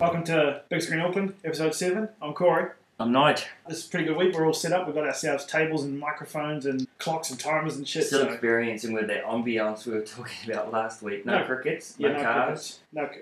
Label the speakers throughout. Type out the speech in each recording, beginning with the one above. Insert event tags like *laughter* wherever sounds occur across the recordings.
Speaker 1: Welcome to Big Screen Auckland, episode 7. I'm Corey.
Speaker 2: I'm Nigel.
Speaker 1: This is a pretty good week. We're all set up. We've got ourselves tables and microphones and clocks and timers and shit.
Speaker 2: Still
Speaker 1: So,
Speaker 2: experiencing with that ambiance we were *laughs* talking about last week. No,
Speaker 1: No.
Speaker 2: crickets,
Speaker 1: yeah,
Speaker 2: no,
Speaker 1: no
Speaker 2: cars.
Speaker 1: crickets. No, cr-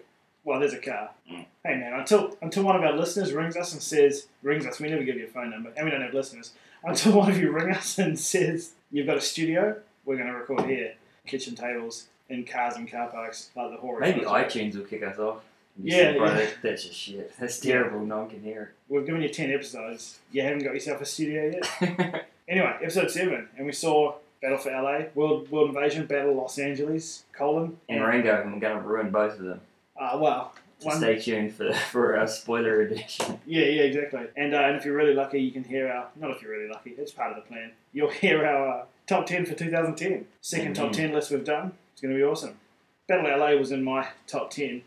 Speaker 1: well, there's a car.
Speaker 2: Mm.
Speaker 1: Hey, man, until until one of our listeners rings us and says, rings us, we never give you a phone number, and we don't have listeners. Until one of you ring us and says, you've got a studio, we're going to record here. Kitchen tables, in cars and car parks, like the horror.
Speaker 2: Maybe
Speaker 1: shows.
Speaker 2: iTunes will kick us off. You
Speaker 1: Yeah,
Speaker 2: say, "Bro,
Speaker 1: yeah.
Speaker 2: that- That's just shit. That's terrible. No one can hear
Speaker 1: We've given you 10 episodes. You haven't got yourself a studio yet?
Speaker 2: *laughs* it.
Speaker 1: Anyway, episode seven, and we saw Battle for LA, World World Invasion, Battle Los Angeles, colon.
Speaker 2: and Ringo, I'm going to ruin both of them.
Speaker 1: uh, well,
Speaker 2: So
Speaker 1: one,
Speaker 2: stay tuned for, *laughs* for our spoiler edition.
Speaker 1: yeah, yeah, exactly. And uh, and if you're really lucky, you can hear our not if you're really lucky, it's part of the plan. You'll *laughs* hear our uh, top ten for 2010, 2nd top
Speaker 2: Mhm.
Speaker 1: ten list we've done. It's going to be awesome. Battle LA was in my top 10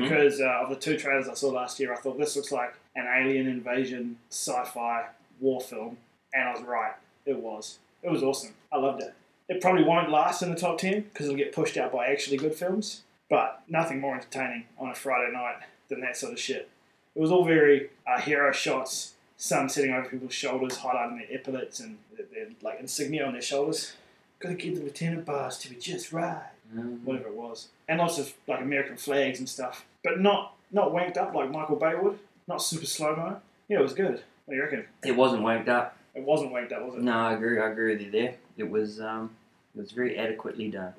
Speaker 1: *laughs* because uh, of the two trailers I saw last year. I thought this looks like an alien invasion sci-fi war film, and I was right. It was. It was awesome. I loved it. It probably won't last in the top ten because it'll get pushed out by actually good films. But nothing more entertaining on a Friday night than that sort of shit. It was all very uh, hero shots, sun sitting over people's shoulders, highlighting their epaulets and their, their like insignia on their shoulders. Gotta get the lieutenant bars to be just right
Speaker 2: Um,
Speaker 1: whatever it was, and lots of like American flags and stuff, but not not wanked up like Michael Bay would, not super slow mo. Yeah, it was good. What do you reckon?
Speaker 2: it wasn't wanked up.
Speaker 1: It wasn't wanked up, was it?
Speaker 2: No, I agree. I agree with you there. It was um, it was very adequately done.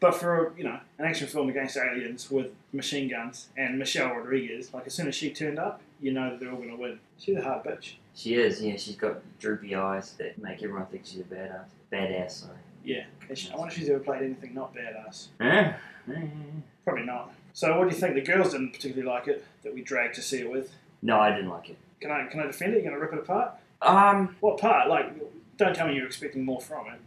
Speaker 1: But for you know an action film against aliens with machine guns and Michelle Rodriguez, like as soon as she turned up, you know that they're all gonna win. She's a hard bitch.
Speaker 2: She is. Yeah, she's got droopy eyes that make everyone think she's a badass. Badass, sorry.
Speaker 1: Yeah, And she- I wonder if she's ever played anything not badass.
Speaker 2: Yeah. Yeah.
Speaker 1: Probably not. So what do you think? The girls didn't particularly like it that we dragged to see it with.
Speaker 2: No, I didn't like it.
Speaker 1: Can I can I defend it? You gonna rip it apart?
Speaker 2: Um,
Speaker 1: What part? Like, don't tell me you're expecting more from it.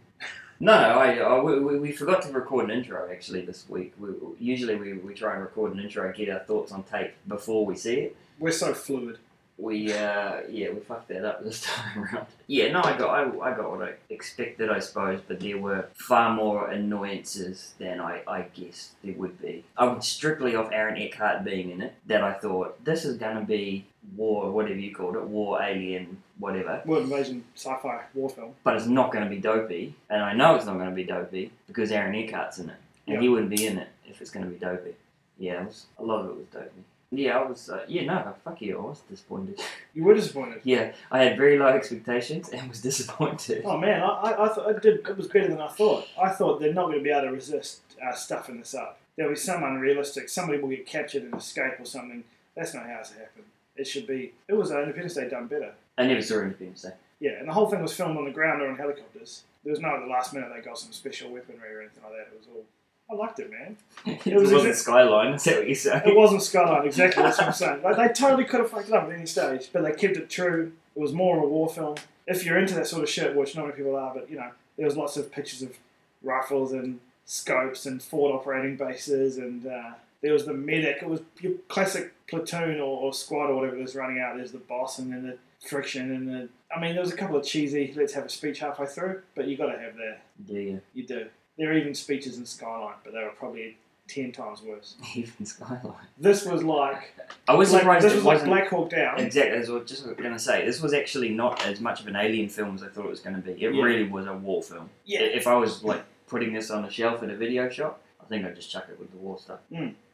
Speaker 2: no, I, I we, we- we forgot to record an intro actually this week. We, usually we, we try and record an intro, get our thoughts on tape before we see it.
Speaker 1: We're so fluid.
Speaker 2: We uh, yeah, we fucked that up this *laughs* time around. Yeah, no, I got I, I got what I expected, I suppose, but there were far more annoyances than I I guessed there would be. I'm strictly off Aaron Eckhart being in it that I thought this is gonna be war, whatever you called it, war, alien, whatever.
Speaker 1: World Invasion sci-fi war film.
Speaker 2: but it's not going to be dopey, and I know it's not going to be dopey because Aaron Eckhart's in it, and he wouldn't be in it if it's going to be dopey. Yeah, it was, a lot of it was dopey. Yeah, I was. Uh, yeah, no, fuck you, I was disappointed. *laughs*
Speaker 1: You were disappointed.
Speaker 2: yeah, I had very low expectations and was *laughs* disappointed.
Speaker 1: Oh man, I, I, I thought I did. It was better than I thought. I thought they're not going to be able to resist uh, stuffing this up. There'll be some unrealistic. Somebody will get captured and escape or something. That's not how it's happened. It should be. It was uh, Independence Day done better.
Speaker 2: I never saw anything so.
Speaker 1: Yeah, and the whole thing was filmed on the ground or in helicopters. There was no at the last minute they got some special weaponry or anything like that. It was all. I liked it, man.
Speaker 2: *laughs* it
Speaker 1: was
Speaker 2: wasn't
Speaker 1: exact-
Speaker 2: Skyline. Is that what you say?
Speaker 1: It wasn't Skyline, exactly. That's what I'm saying. Like, they totally could have fucked it up at any stage, but they kept it true. It was more of a war film. If you're into that sort of shit, which not many people are, but you know, there was lots of pictures of rifles and scopes and forward operating bases, and uh, there was the medic. It was your classic platoon or, or squad or whatever that's running out. There's the boss, and then the friction, and the. I mean, there was a couple of cheesy. Let's have a speech halfway through, but you got to have that.
Speaker 2: Do you
Speaker 1: You do. There are even speeches in Skyline, but they were probably ten times worse.
Speaker 2: *laughs* even Skyline?
Speaker 1: This was like.
Speaker 2: I was
Speaker 1: Like,
Speaker 2: surprised
Speaker 1: this
Speaker 2: it
Speaker 1: was like
Speaker 2: wasn't.
Speaker 1: Black Hawk Down.
Speaker 2: Exactly, that's what I was just going to say. This was actually not as much of an alien film as I thought it was going to be. It
Speaker 1: Yeah.
Speaker 2: really was a war film.
Speaker 1: yeah, it
Speaker 2: If I was like putting this on a shelf in a video shop, I think I'd just chuck it with the war stuff.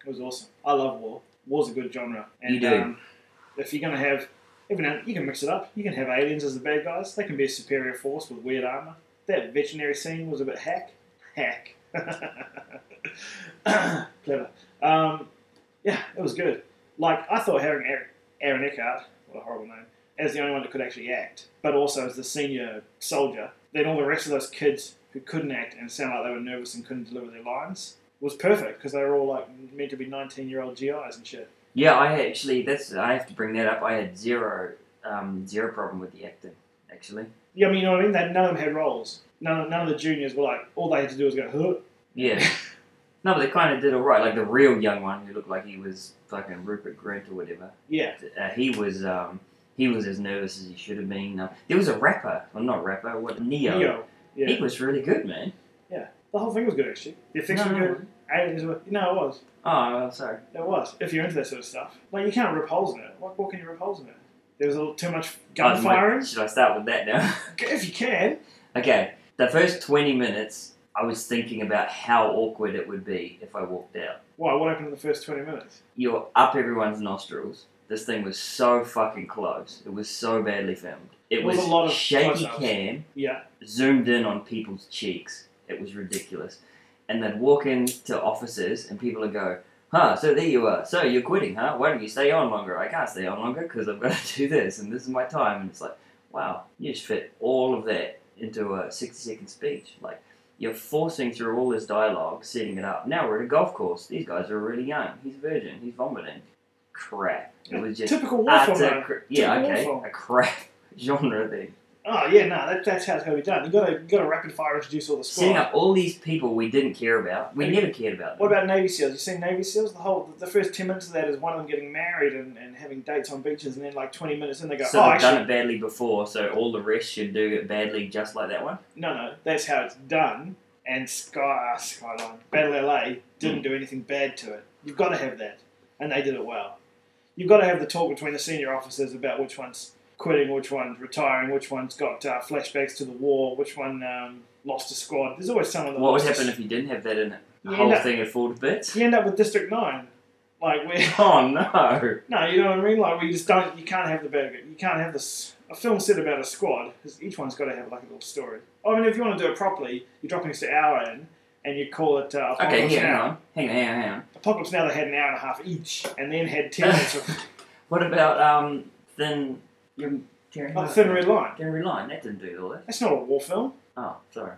Speaker 1: was awesome. I love war. War's a good genre. And
Speaker 2: You do.
Speaker 1: Um, if you're gonna have, even now, you can mix it up. You can have aliens as the bad guys. They can be a superior force with weird armor. That veterinary scene was a bit hack, hack, *laughs* clever. Um, yeah, it was good. Like I thought, having Aaron, Aaron Eckhart, what a horrible name, as the only one that could actually act, but also as the senior soldier, then all the rest of those kids who couldn't act and sound like they were nervous and couldn't deliver their lines was perfect because they were all like meant to be 19 year old GIs and shit.
Speaker 2: Yeah, I actually that's I have to bring that up. I had zero um, zero problem with the acting actually.
Speaker 1: Yeah, I mean, you know what I mean? They, none of them had roles. None of, none of the juniors were like, all they had to do was go, huh. *laughs*
Speaker 2: Yeah. No, but they kind of did all right. Like the real young one who looked like he was fucking Rupert Grint or whatever.
Speaker 1: Yeah.
Speaker 2: Uh, he was um, he was as nervous as he should have been. Uh, there was a rapper, well not rapper, what Neo.
Speaker 1: Neo. Yeah.
Speaker 2: He was really good, man.
Speaker 1: The whole thing was good, actually. The effects
Speaker 2: No,
Speaker 1: were
Speaker 2: no,
Speaker 1: good. Aliens were. No, it was.
Speaker 2: Oh, well, sorry.
Speaker 1: It was. If you're into that sort of stuff, like you can't repulse in it. What, what can you repulse in it? There was a little too much
Speaker 2: I
Speaker 1: gun
Speaker 2: was like,
Speaker 1: firing.
Speaker 2: Oh, should I start with that now? *laughs*
Speaker 1: If you can,
Speaker 2: okay, the first 20 minutes, I was thinking about how awkward it would be if I walked out.
Speaker 1: why? What happened in the first twenty minutes?
Speaker 2: You're up everyone's nostrils. This thing was so fucking close. It was so badly filmed. It
Speaker 1: There was
Speaker 2: was
Speaker 1: a lot of
Speaker 2: shaky
Speaker 1: close-ups.
Speaker 2: cam.
Speaker 1: Yeah,
Speaker 2: zoomed in on people's cheeks. It was ridiculous. And they'd walk into offices and people would go, huh, so there you are. So you're quitting, huh? Why don't you stay on longer? I can't stay on longer because I've got to *laughs* do this and this is my time. And it's like, wow, you just fit all of that into a 60 second speech. Like, you're forcing through all this dialogue, setting it up. Now we're at a golf course. These guys are really young. He's a virgin. He's vomiting. Crap. It was just.
Speaker 1: typical war film.
Speaker 2: utter
Speaker 1: though.
Speaker 2: cra- yeah,
Speaker 1: Typical
Speaker 2: okay.
Speaker 1: waffle.
Speaker 2: A crap *laughs* genre thing.
Speaker 1: Oh yeah, no, that, that's how it's gonna be done. You gotta you gotta rapid fire introduce all the squad.
Speaker 2: setting up all these people we didn't care about. We
Speaker 1: And-
Speaker 2: never cared about
Speaker 1: What
Speaker 2: them.
Speaker 1: about Navy SEALs? You seen Navy SEALs? The whole the first ten minutes of that is one of them getting married and, and having dates on beaches, and then like twenty minutes in they go,
Speaker 2: so
Speaker 1: oh,
Speaker 2: they've
Speaker 1: actually,
Speaker 2: done it badly before, so all the rest should do it badly just like that one.
Speaker 1: no, no, that's how it's done. And Sky uh, Skyline Battle LA didn't
Speaker 2: Mm.
Speaker 1: do anything bad to it. You've got to have that, and they did it well. You've got to have the talk between the senior officers about which one's quitting, which one's retiring, which one's got uh, flashbacks to the war, which one um, lost a squad. There's always someone that
Speaker 2: What would
Speaker 1: lost a
Speaker 2: happen if you didn't have that in it? The
Speaker 1: Yeah,
Speaker 2: whole
Speaker 1: no.
Speaker 2: thing would fall to bits?
Speaker 1: you end up with District Nine, like where
Speaker 2: *laughs* Oh no!
Speaker 1: no, you know what I mean. Like where you just don't, you can't have the burger, you can't have this. A film set about a squad because each one's got to have like a little story. I mean, if you want to do it properly, you drop an extra hour in and you call it uh,
Speaker 2: Okay,
Speaker 1: Apocalypse
Speaker 2: here, hang
Speaker 1: Now.
Speaker 2: on. Hang on, hang on, hang on.
Speaker 1: Apocalypse Now they had an hour and a half each, and then had ten minutes of
Speaker 2: What about, um, Thin. Your, Terry
Speaker 1: of Thin Red Oh, Line.
Speaker 2: Thin Red Line, that didn't do all that.
Speaker 1: That's not a war film.
Speaker 2: Oh,
Speaker 1: *laughs*
Speaker 2: sorry.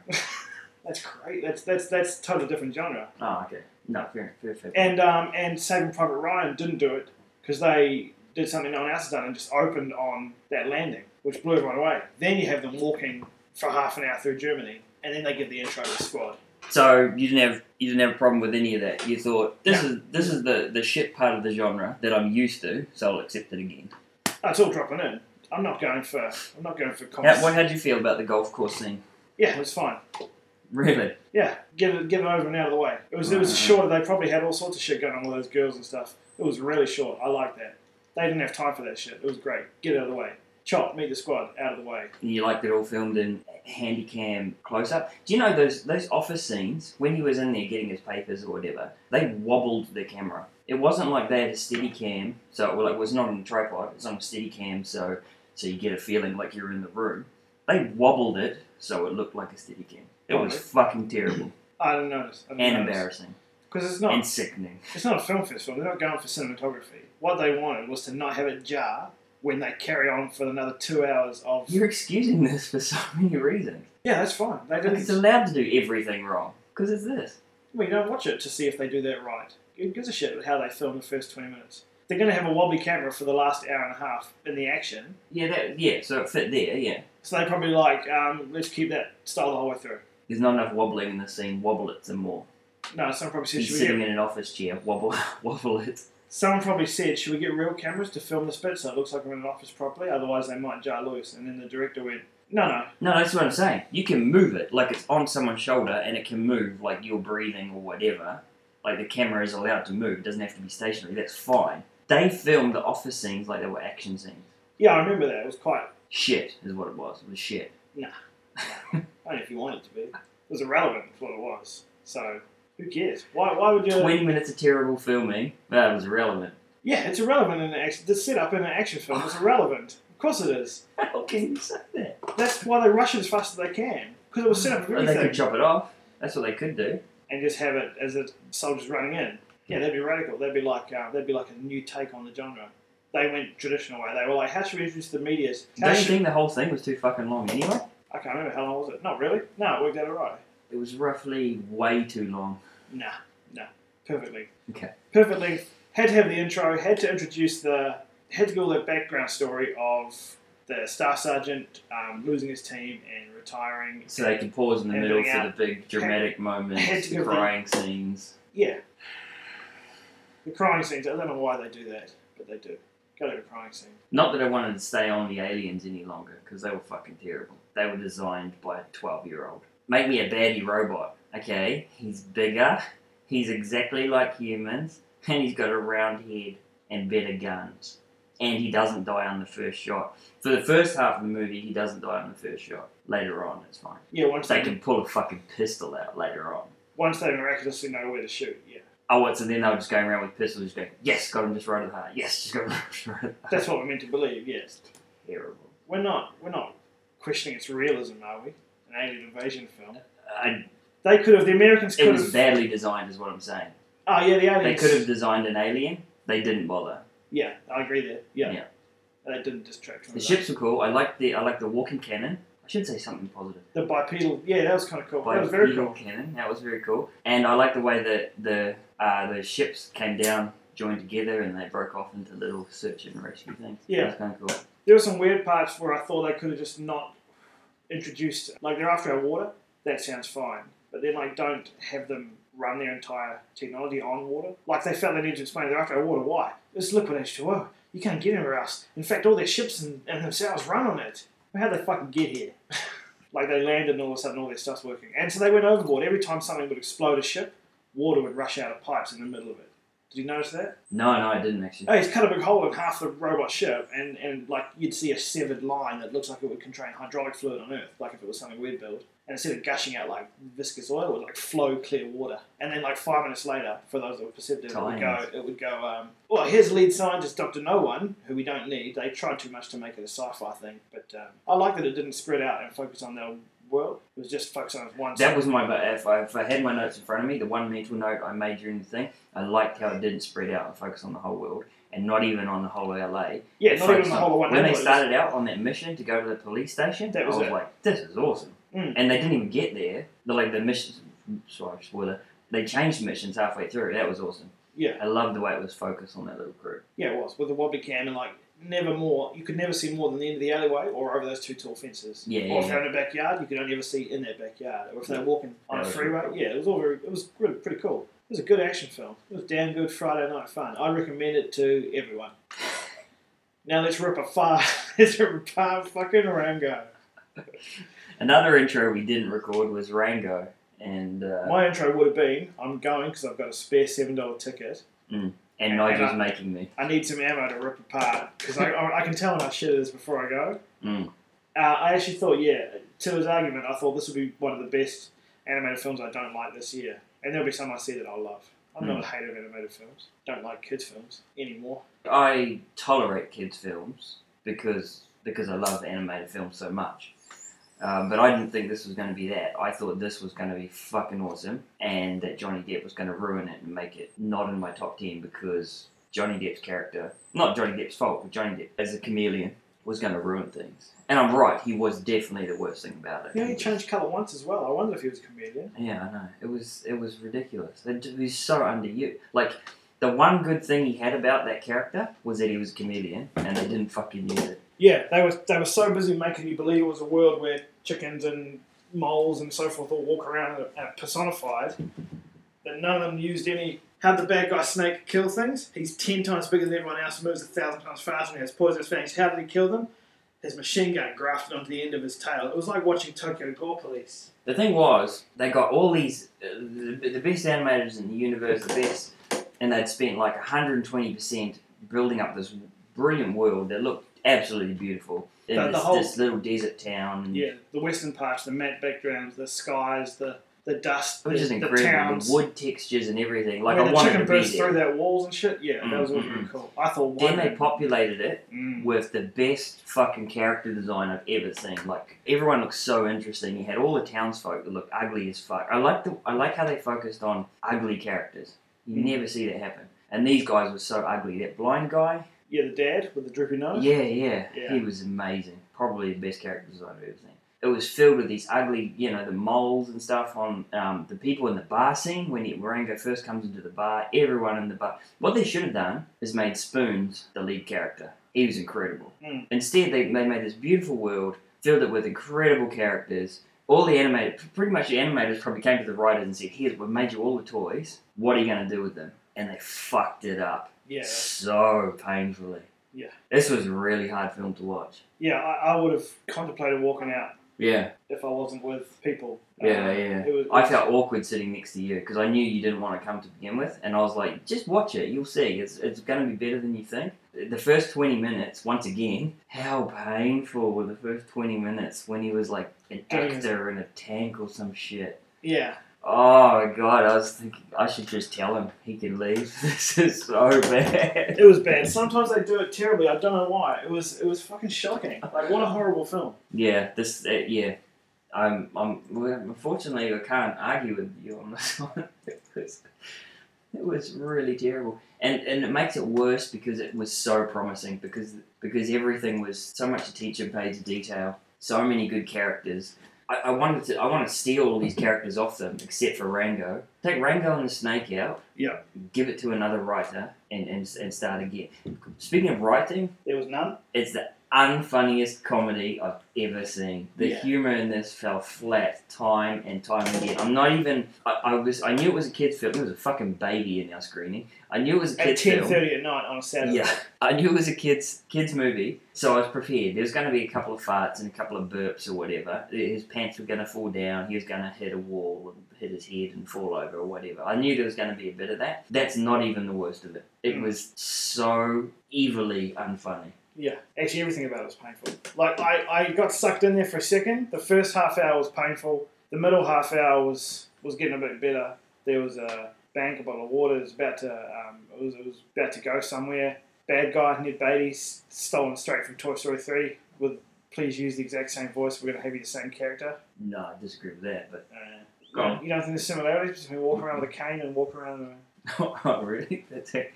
Speaker 1: That's great. That's that's that's totally different genre.
Speaker 2: Oh, okay. No, fair, fair, fair.
Speaker 1: And um, and Saving Private Ryan didn't do it because they did something no one else has done and just opened on that landing, which blew everyone away. Then you have them walking for half an hour through Germany, and then they give the intro to the squad.
Speaker 2: So you didn't have you didn't have a problem with any of that. You thought this is this is the, the shit part of the genre that I'm used to, so I'll accept it again.
Speaker 1: Oh, it's all dropping in. I'm not going for. I'm not going for.
Speaker 2: How,
Speaker 1: Comps.
Speaker 2: what, how'd you feel about the golf course scene?
Speaker 1: Yeah, it was fine.
Speaker 2: Really?
Speaker 1: Yeah, get it, get it over and out of the way. It was it was
Speaker 2: Right.
Speaker 1: short. They probably had all sorts of shit going on with those girls and stuff. It was really short. I like that. They didn't have time for that shit. It was great. Get it out of the way. Chop, meet the squad, out of the way.
Speaker 2: And you liked it all filmed in handy cam close up? Do you know those those office scenes when he was in there getting his papers or whatever? They wobbled the camera. It wasn't like they had a steady cam, so it, well, it was not on a tripod. It's on a steady cam, so so you get a feeling like you're in the room. They wobbled it, so it looked like a steady cam. It was
Speaker 1: Right.
Speaker 2: fucking terrible
Speaker 1: I didn't notice. I
Speaker 2: and
Speaker 1: didn't notice.
Speaker 2: embarrassing
Speaker 1: Because it's not
Speaker 2: and sickening.
Speaker 1: It's not a film festival. They're not going for cinematography. What they wanted was to not have it jar when they carry on for another two hours of.
Speaker 2: You're excusing this for so many reasons.
Speaker 1: Yeah, that's fine. They
Speaker 2: Like it's
Speaker 1: didn't.
Speaker 2: allowed to do everything wrong because it's this.
Speaker 1: We don't watch it to see if they do that right. Who gives a shit how they film the first 20 minutes? They're going to have a wobbly camera for the last hour and a half in the action.
Speaker 2: Yeah, that, yeah. So it fit there. Yeah.
Speaker 1: So they probably like, um, let's keep that style the whole way through.
Speaker 2: There's not enough wobbling in this scene. Wobble it some more.
Speaker 1: No, someone probably said,
Speaker 2: He's
Speaker 1: should we
Speaker 2: sitting
Speaker 1: get,
Speaker 2: in an office chair. Wobble, *laughs* wobble it.
Speaker 1: someone probably said, should we get real cameras to film this bit so it looks like we're in an office properly? Otherwise, they might jar loose. And then the director went, no, no,
Speaker 2: No, that's what I'm saying. You can move it like it's on someone's shoulder, and it can move like you're breathing or whatever. Like the camera is allowed to move. It doesn't have to be stationary. That's fine. They filmed the office scenes like they were action scenes.
Speaker 1: yeah, I remember that. It was quite
Speaker 2: Shit is what it was. It was shit.
Speaker 1: Only if you want it to be. It was irrelevant to what it was. So who cares? Why, why would you?
Speaker 2: Twenty minutes of terrible filming. That was irrelevant. *laughs*
Speaker 1: Yeah, it's irrelevant in an action. The setup in an action film is
Speaker 2: Ah.
Speaker 1: irrelevant. Of course it is.
Speaker 2: How can you say that?
Speaker 1: That's why they rush as fast as they can because it was set up for
Speaker 2: Well, they could
Speaker 1: everything
Speaker 2: chop it off. That's what they could do.
Speaker 1: and just have it as a soldier's running in. Yeah, that'd be radical. That'd be like uh, that'd be like a new take on the genre. They went traditional way. They were like, how should we introduce the medias? How
Speaker 2: Don't you
Speaker 1: should-
Speaker 2: think the whole thing was too fucking long anyway?
Speaker 1: I can't remember how long was it. Not really. No, it worked out alright.
Speaker 2: It was roughly way too long.
Speaker 1: Nah, nah. Perfectly.
Speaker 2: Okay.
Speaker 1: Perfectly. Had to have the intro, had to introduce the, had to give all that background story of the staff sergeant um, losing his team and retiring.
Speaker 2: So they can pause in the
Speaker 1: And
Speaker 2: middle
Speaker 1: bring
Speaker 2: for the
Speaker 1: out-
Speaker 2: big dramatic moments, the
Speaker 1: give them-
Speaker 2: crying scenes.
Speaker 1: Yeah. The crying scenes, I don't know why they do that, but they do. Go to the crying scene.
Speaker 2: Not that I wanted to stay on the aliens any longer, because they were fucking terrible. They were designed by a 12 year old. Make me a baddie robot. Okay, he's bigger, He's exactly like humans, and he's got a round head and better guns. And he doesn't die on the first shot. For the first half of the movie, he doesn't die on the first shot. Later on, it's fine.
Speaker 1: Yeah, once
Speaker 2: They
Speaker 1: they
Speaker 2: can pull a fucking pistol out later on.
Speaker 1: once they miraculously know where to shoot. Yeah,
Speaker 2: Oh, what's and then they were just going around with pistols, just going, yes, got him just right at the heart. Yes, just got him *laughs* just right at the heart.
Speaker 1: that's what we're meant to believe. Yes,
Speaker 2: Terrible.
Speaker 1: we're not we're not questioning its realism, are we? An alien invasion film.
Speaker 2: I,
Speaker 1: They could have the Americans
Speaker 2: it
Speaker 1: could
Speaker 2: was
Speaker 1: have.
Speaker 2: badly designed, is what I'm saying.
Speaker 1: Oh yeah, the
Speaker 2: They
Speaker 1: aliens.
Speaker 2: could have designed an alien. They didn't bother.
Speaker 1: Yeah, I agree there. Yeah,
Speaker 2: Yeah.
Speaker 1: they didn't distract from
Speaker 2: The
Speaker 1: that.
Speaker 2: ships were cool. I liked the I liked the walking cannon. I should say something positive.
Speaker 1: The bipedal. Yeah, that was kind of cool.
Speaker 2: By
Speaker 1: that was very
Speaker 2: Eagle
Speaker 1: cool.
Speaker 2: Cannon. That was very cool. And I like the way that the uh, the ships came down, joined together, and they broke off into little search and rescue things.
Speaker 1: Yeah.
Speaker 2: that was kind of cool.
Speaker 1: There were some weird parts where I thought they could have just not introduced, like they're after our water. That sounds fine, but then like don't have them run their entire technology on water. Like they felt they needed to explain they're after our water. Why? It's liquid H two O. You can't get anywhere else. In fact, all their ships and, and themselves run on it. How would they fucking get here? *laughs* like they landed and all of a sudden all their stuff's working. And so they went overboard. Every time something would explode a ship, water would rush out of pipes in the middle of it. Did you notice that?
Speaker 2: No, no, I didn't actually.
Speaker 1: Oh, he's cut a big hole in half the robot ship, and, and like you'd see a severed line that looks like it would contain hydraulic fluid on Earth, like if it was something we'd build. And instead of gushing out like viscous oil, it would like flow clear water. And then like five minutes later, for those that were perceptive, it would go.
Speaker 2: Times.
Speaker 1: It would go. Um, well, here's lead scientist Doctor No One, who we don't need. They tried too much to make it a sci-fi thing, but um, I like that it didn't spread out and focus on their world. It was just focused on one.
Speaker 2: That was my. but If I, if I had my notes in front of me, the one mental note I made during the thing, I liked how it didn't spread out and focus on the whole world, and not even on the whole LA.
Speaker 1: yeah, not even
Speaker 2: Focus
Speaker 1: the
Speaker 2: on-
Speaker 1: whole of one.
Speaker 2: When
Speaker 1: world.
Speaker 2: they
Speaker 1: It was-
Speaker 2: started out on that mission to go to the police station,
Speaker 1: That was
Speaker 2: I was
Speaker 1: it.
Speaker 2: like, this is awesome.
Speaker 1: Mm.
Speaker 2: And they didn't even get there. The like the mission. Sorry, spoiler. They changed missions halfway through. That was awesome.
Speaker 1: Yeah.
Speaker 2: I loved the way it was focused on that little crew.
Speaker 1: Yeah, it was with the wobbly cam and like never more. You could never see more than the end of the alleyway or over those two tall fences.
Speaker 2: Yeah,
Speaker 1: or
Speaker 2: yeah,
Speaker 1: if they're in a backyard, you could only ever see in that backyard. Or if they're walking on a
Speaker 2: Yeah.
Speaker 1: freeway, yeah, it was all very. It was really pretty cool. It was a good action film. It was damn good Friday night fun. I recommend it to
Speaker 2: *laughs*
Speaker 1: everyone. Now let's rip a far, *laughs* let's rip apart fucking Rango.
Speaker 2: Another intro we didn't record was Rango, and uh,
Speaker 1: My intro would have been, I'm going because I've got a spare seven dollar ticket.
Speaker 2: and Nigel's making me.
Speaker 1: I need some ammo to rip apart because I, I, I can tell when I shit is before I go.
Speaker 2: Mm.
Speaker 1: Uh, I actually thought, yeah, to his argument, I thought this would be one of the best animated films I don't like this year. And there'll be some I see that I'll love. I'm not a hater of animated films. Don't like kids' films anymore.
Speaker 2: I tolerate kids' films because because I love animated films so much. Um, but I didn't think this was going to be that. I thought this was going to be fucking awesome, and that Johnny Depp was going to ruin it and make it not in my top ten because Johnny Depp's character, not Johnny Depp's fault, but Johnny Depp as a chameleon was going to ruin things. And I'm right; he was definitely the worst thing about it.
Speaker 1: He only
Speaker 2: He was-
Speaker 1: changed colour once as well. I wonder if he was a chameleon.
Speaker 2: yeah, I know. It was it was ridiculous. It, it was so underused. Like the one good thing he had about that character was that he was a chameleon, and they didn't fucking use it.
Speaker 1: Yeah, they were they were so busy making you believe it was a world where chickens and moles and so forth all walk around and are personified that none of them used any. How'd the bad guy snake kill things? He's ten times bigger than everyone else, moves a thousand times faster, and has poisonous fangs. How did he kill them? His machine gun grafted onto the end of his tail. It was like watching Tokyo Gore Police.
Speaker 2: The thing was, they got all these uh, the, the best animators in the universe, the best, and they'd spent like 120 percent building up this brilliant world that looked absolutely beautiful in
Speaker 1: But the
Speaker 2: this,
Speaker 1: whole-
Speaker 2: this little desert town.
Speaker 1: Yeah, the western parts, the matte backgrounds, the skies, the the dust,
Speaker 2: It was
Speaker 1: the,
Speaker 2: just
Speaker 1: the
Speaker 2: incredible,
Speaker 1: towns.
Speaker 2: the wood textures and everything. Like
Speaker 1: when
Speaker 2: I
Speaker 1: the
Speaker 2: wanted
Speaker 1: chicken
Speaker 2: to
Speaker 1: burst
Speaker 2: be
Speaker 1: through
Speaker 2: there.
Speaker 1: that walls and shit. Yeah, that was all really
Speaker 2: Mm-mm-mm.
Speaker 1: cool. I thought one.
Speaker 2: Then they populated it
Speaker 1: Mm.
Speaker 2: with the best fucking character design I've ever seen. Like everyone looks so interesting. You had all the townsfolk that look ugly as fuck. I like the I like how they focused on ugly characters. You
Speaker 1: Mm.
Speaker 2: never see that happen. And these guys were so ugly. That blind guy,
Speaker 1: Yeah, the dad with the droopy nose.
Speaker 2: yeah, yeah,
Speaker 1: Yeah.
Speaker 2: he was amazing. Probably the best character design I've ever seen. It was filled with these ugly, you know, the moles and stuff on um, the people in the bar scene. When he- Rango first comes into the bar, everyone in the bar. What they should have done is made Spoons the lead character. He was incredible.
Speaker 1: Mm.
Speaker 2: Instead, they, they made this beautiful world, filled it with incredible characters. All the animators, pretty much the animators, probably came to the writers and said, "Here's we've made you all the toys. What are you going to do with them?" And they fucked it up
Speaker 1: Yeah,
Speaker 2: so painfully.
Speaker 1: Yeah.
Speaker 2: This was a really hard film to watch.
Speaker 1: yeah. I, I would have contemplated walking out
Speaker 2: Yeah,
Speaker 1: if I wasn't with people.
Speaker 2: yeah,
Speaker 1: Um,
Speaker 2: yeah.
Speaker 1: It was,
Speaker 2: I felt awkward sitting next to you because I knew you didn't want to come to begin with, and I was like, just watch it, you'll see. It's, it's going to be better than you think. The first 20 minutes, once again, how painful were the first 20 minutes when he was like an
Speaker 1: Getting his-
Speaker 2: actor in a tank or some shit?
Speaker 1: yeah.
Speaker 2: Oh my god, I was thinking I should just tell him he can leave. *laughs* This is so bad.
Speaker 1: It was bad. Sometimes they do it terribly. I don't know why. It was it was fucking shocking. Like what a horrible film.
Speaker 2: Yeah, this, uh, yeah. I'm, I'm, well, unfortunately, I can't argue with you on this *laughs* one. It was, it was really terrible. And, and it makes it worse because it was so promising, because, because everything was so much attention paid to detail, so many good characters. I, I wanted to, I want to steal all these characters off them, except for Rango. Take Rango and the Snake out.
Speaker 1: Yeah.
Speaker 2: Give it to another writer and, and, and start again. Speaking of writing,
Speaker 1: There was none.
Speaker 2: it's the unfunniest comedy I've ever seen. The
Speaker 1: Yeah.
Speaker 2: humor in this fell flat time and time again. I'm not even. I, I was. I knew it was a kids' film. There was a fucking baby in our screening. I knew it was a
Speaker 1: At
Speaker 2: kids'
Speaker 1: ten
Speaker 2: film.
Speaker 1: thirty at night on a Saturday.
Speaker 2: Yeah, I knew it was a kids kids movie, so I was prepared. There was going to be a couple of farts and a couple of burps or whatever. His pants were going to fall down. He was going to hit a wall and hit his head and fall over or whatever. I knew there was going to be a bit of that. That's not even the worst of it. It
Speaker 1: Mm.
Speaker 2: was so evilly unfunny.
Speaker 1: Yeah. Actually, everything about it was painful. Like I, I got sucked in there for a second. The first half hour was painful. The middle half hour was was getting a bit better. There was a bank, a bottle of water. It was about to um, it was, it was about to go somewhere. Bad guy Ned Beatty s- stolen straight from Toy Story three. With please use the exact same voice. We're going to have you the same character.
Speaker 2: No, I disagree with that, but *laughs*
Speaker 1: Uh,
Speaker 2: Go on.
Speaker 1: You don't think there's similarities between walking around with a cane and walking around? With a...
Speaker 2: oh, really? That's it.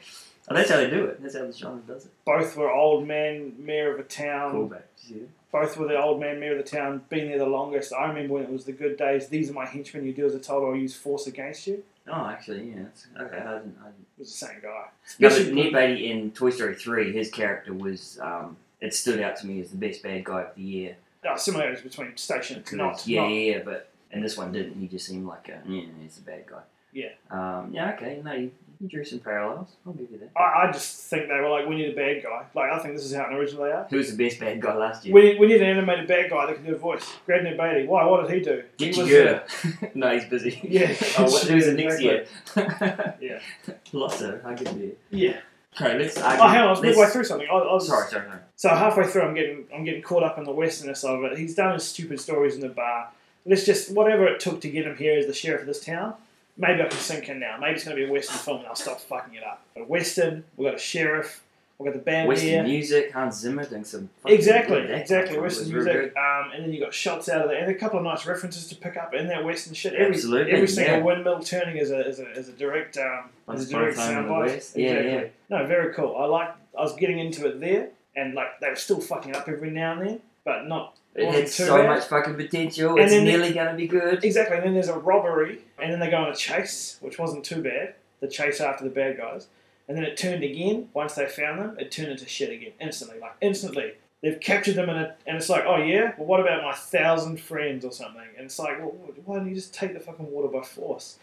Speaker 2: Oh, that's how they do it. That's how the genre does it.
Speaker 1: Both were old man mayor of a town.
Speaker 2: Cool, babe. Did you see
Speaker 1: Both were the old man mayor of the town. Been there the longest. I remember when it was the good days. These are my henchmen. You do as I told, or I use force against you. It
Speaker 2: that? Oh, actually, yeah. It's, okay, I didn't. I didn't.
Speaker 1: was the same guy.
Speaker 2: No,
Speaker 1: Especially-
Speaker 2: but Ned Beatty in Toy Story 3, his character was. Um, it stood out to me as the best bad guy of the year.
Speaker 1: Oh, similarities between stations. Not,
Speaker 2: yeah,
Speaker 1: not-
Speaker 2: yeah, yeah, but. And this one didn't. He just seemed like a. Yeah, he's a bad guy.
Speaker 1: Yeah.
Speaker 2: Um, yeah, okay. No, you, you drew some parallels. I'll give you that.
Speaker 1: I, I just think they were like, we need a bad guy. Like, I think this is how an original they are.
Speaker 2: Who was the best bad guy last year?
Speaker 1: We, we need an animated bad guy that can do a voice. Gradner Beatty. Why? What did he do?
Speaker 2: Get
Speaker 1: he
Speaker 2: your
Speaker 1: was,
Speaker 2: girl. *laughs* no, he's busy.
Speaker 1: Yeah.
Speaker 2: oh, what, who's the next
Speaker 1: Exactly.
Speaker 2: year?
Speaker 1: *laughs* Yeah.
Speaker 2: Lotso, I give you.
Speaker 1: uh, yeah.
Speaker 2: Okay, let's
Speaker 1: Oh,
Speaker 2: argue.
Speaker 1: hang on. I was
Speaker 2: let's- Oh,
Speaker 1: midway through something. I, I was
Speaker 2: Sorry, sorry, sorry.
Speaker 1: So halfway through, I'm getting I'm getting caught up in the westernness of it. He's done his stupid stories in the bar. Let's just whatever it took to get him here as the sheriff of this town. Maybe I can sink in now. Maybe it's going to be a western film, and I'll stop fucking it up. But western, we have got a sheriff, we have got the band
Speaker 2: Western
Speaker 1: here.
Speaker 2: music, Hans Zimmer doing some. fucking
Speaker 1: Exactly,
Speaker 2: good acting.
Speaker 1: exactly.
Speaker 2: It was
Speaker 1: Western
Speaker 2: real
Speaker 1: music, um, and then you got shots out of there, and a couple of nice references to pick up in that western shit. Every,
Speaker 2: Absolutely,
Speaker 1: every single
Speaker 2: yeah.
Speaker 1: windmill turning is a is a, is a direct um,
Speaker 2: Once
Speaker 1: is a
Speaker 2: upon a
Speaker 1: direct
Speaker 2: time in the
Speaker 1: soundbite.
Speaker 2: West. Yeah,
Speaker 1: exactly. No, very cool. I like. I was getting into it there, and like they were still fucking up every now and then, but not
Speaker 2: It
Speaker 1: Wasn't
Speaker 2: had
Speaker 1: too
Speaker 2: so
Speaker 1: bad.
Speaker 2: much fucking potential.
Speaker 1: And
Speaker 2: it's
Speaker 1: then-
Speaker 2: nearly going to be good.
Speaker 1: exactly. And then there's a robbery, and then they go on a chase, which wasn't too bad. The chase after the bad guys, and then it turned again. Once they found them, it turned into shit again instantly. Like instantly, they've captured them, and it, and it's like, oh yeah, well what about my thousand friends or something? And it's like, well, why don't you just take the fucking water by force?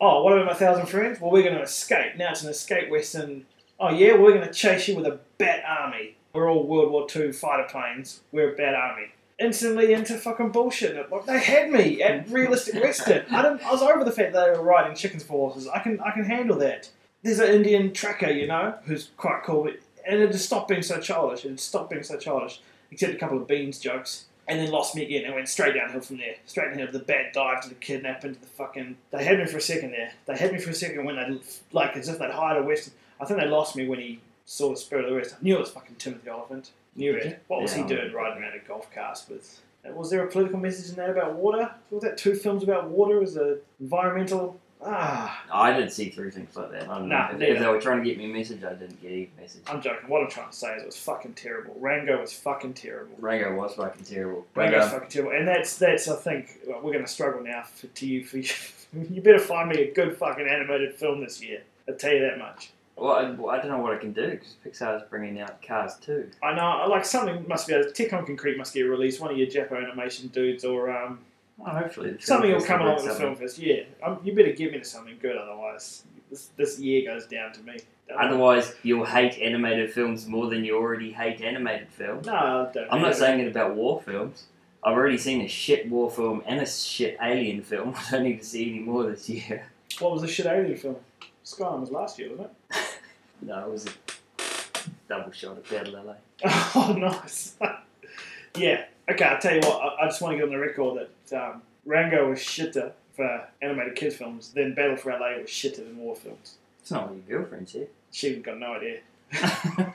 Speaker 1: Oh, what about my thousand friends? Well, we're going to escape. Now it's an escape western. Oh yeah, we're going to chase you with a bat army. We're all World War II fighter planes. We're a bat army instantly into fucking bullshit. Like they had me at realistic western. I didn't. I was over the fact that they were riding chickens for horses. I can I can handle that. There's an Indian tracker, you know, who's quite cool, and it just stopped being so childish. It stopped being so childish, except a couple of beans jokes, and then lost me again and went straight downhill from there. Straight downhill to the bad dive, to the kidnapping, to the fucking. They had me for a second there. They had me for a second when they like as if they'd hired a western. I think they lost me when he saw the spirit of the west. I knew it was fucking Timothy Oliphant. Knew it. What was he
Speaker 2: Yeah.
Speaker 1: doing riding around a golf cart with? Was there a political message in that about water? Was that two films about water? Was a environmental? Ah,
Speaker 2: I didn't see through things like that. I don't
Speaker 1: Nah,
Speaker 2: know. If,
Speaker 1: neither.
Speaker 2: if they were trying to get me a message, I didn't get any message.
Speaker 1: I'm joking. What I'm trying to say is it was fucking terrible. Rango was fucking terrible.
Speaker 2: Rango was fucking terrible.
Speaker 1: Rango's fucking terrible. And that's that's I think well, we're going to struggle now for to you for *laughs* you better find me a good fucking animated film this year. I tell you that much.
Speaker 2: Well, I, well, I don't know what I can do because Pixar's bringing out Cars too.
Speaker 1: I know, I like something must be. Tecton Concrete must get released. One of your Japo animation dudes, or um,
Speaker 2: Well, hopefully the film
Speaker 1: Something will
Speaker 2: festival
Speaker 1: come along
Speaker 2: brings
Speaker 1: with the
Speaker 2: something.
Speaker 1: film fest, yeah. Um, you better get me to something good, otherwise this, this year goes down to me.
Speaker 2: Otherwise, you'll hate animated films more than you already hate animated films.
Speaker 1: no, I don't
Speaker 2: I'm
Speaker 1: care.
Speaker 2: not saying it about war films. I've already seen a shit war film and a shit alien film. *laughs* I don't need to see any more this year. *laughs*
Speaker 1: What was the shit alien film? Skyrim was last year, wasn't it? *laughs*
Speaker 2: No, it was a double shot at Battle LA.
Speaker 1: Oh, nice. *laughs* yeah. Okay, I'll tell you what. I, I just want to get on the record that um, Rango was shitter for animated kids films, then Battle for LA was shitter than war films.
Speaker 2: It's not what your girlfriend's here.
Speaker 1: She got no idea.
Speaker 2: *laughs*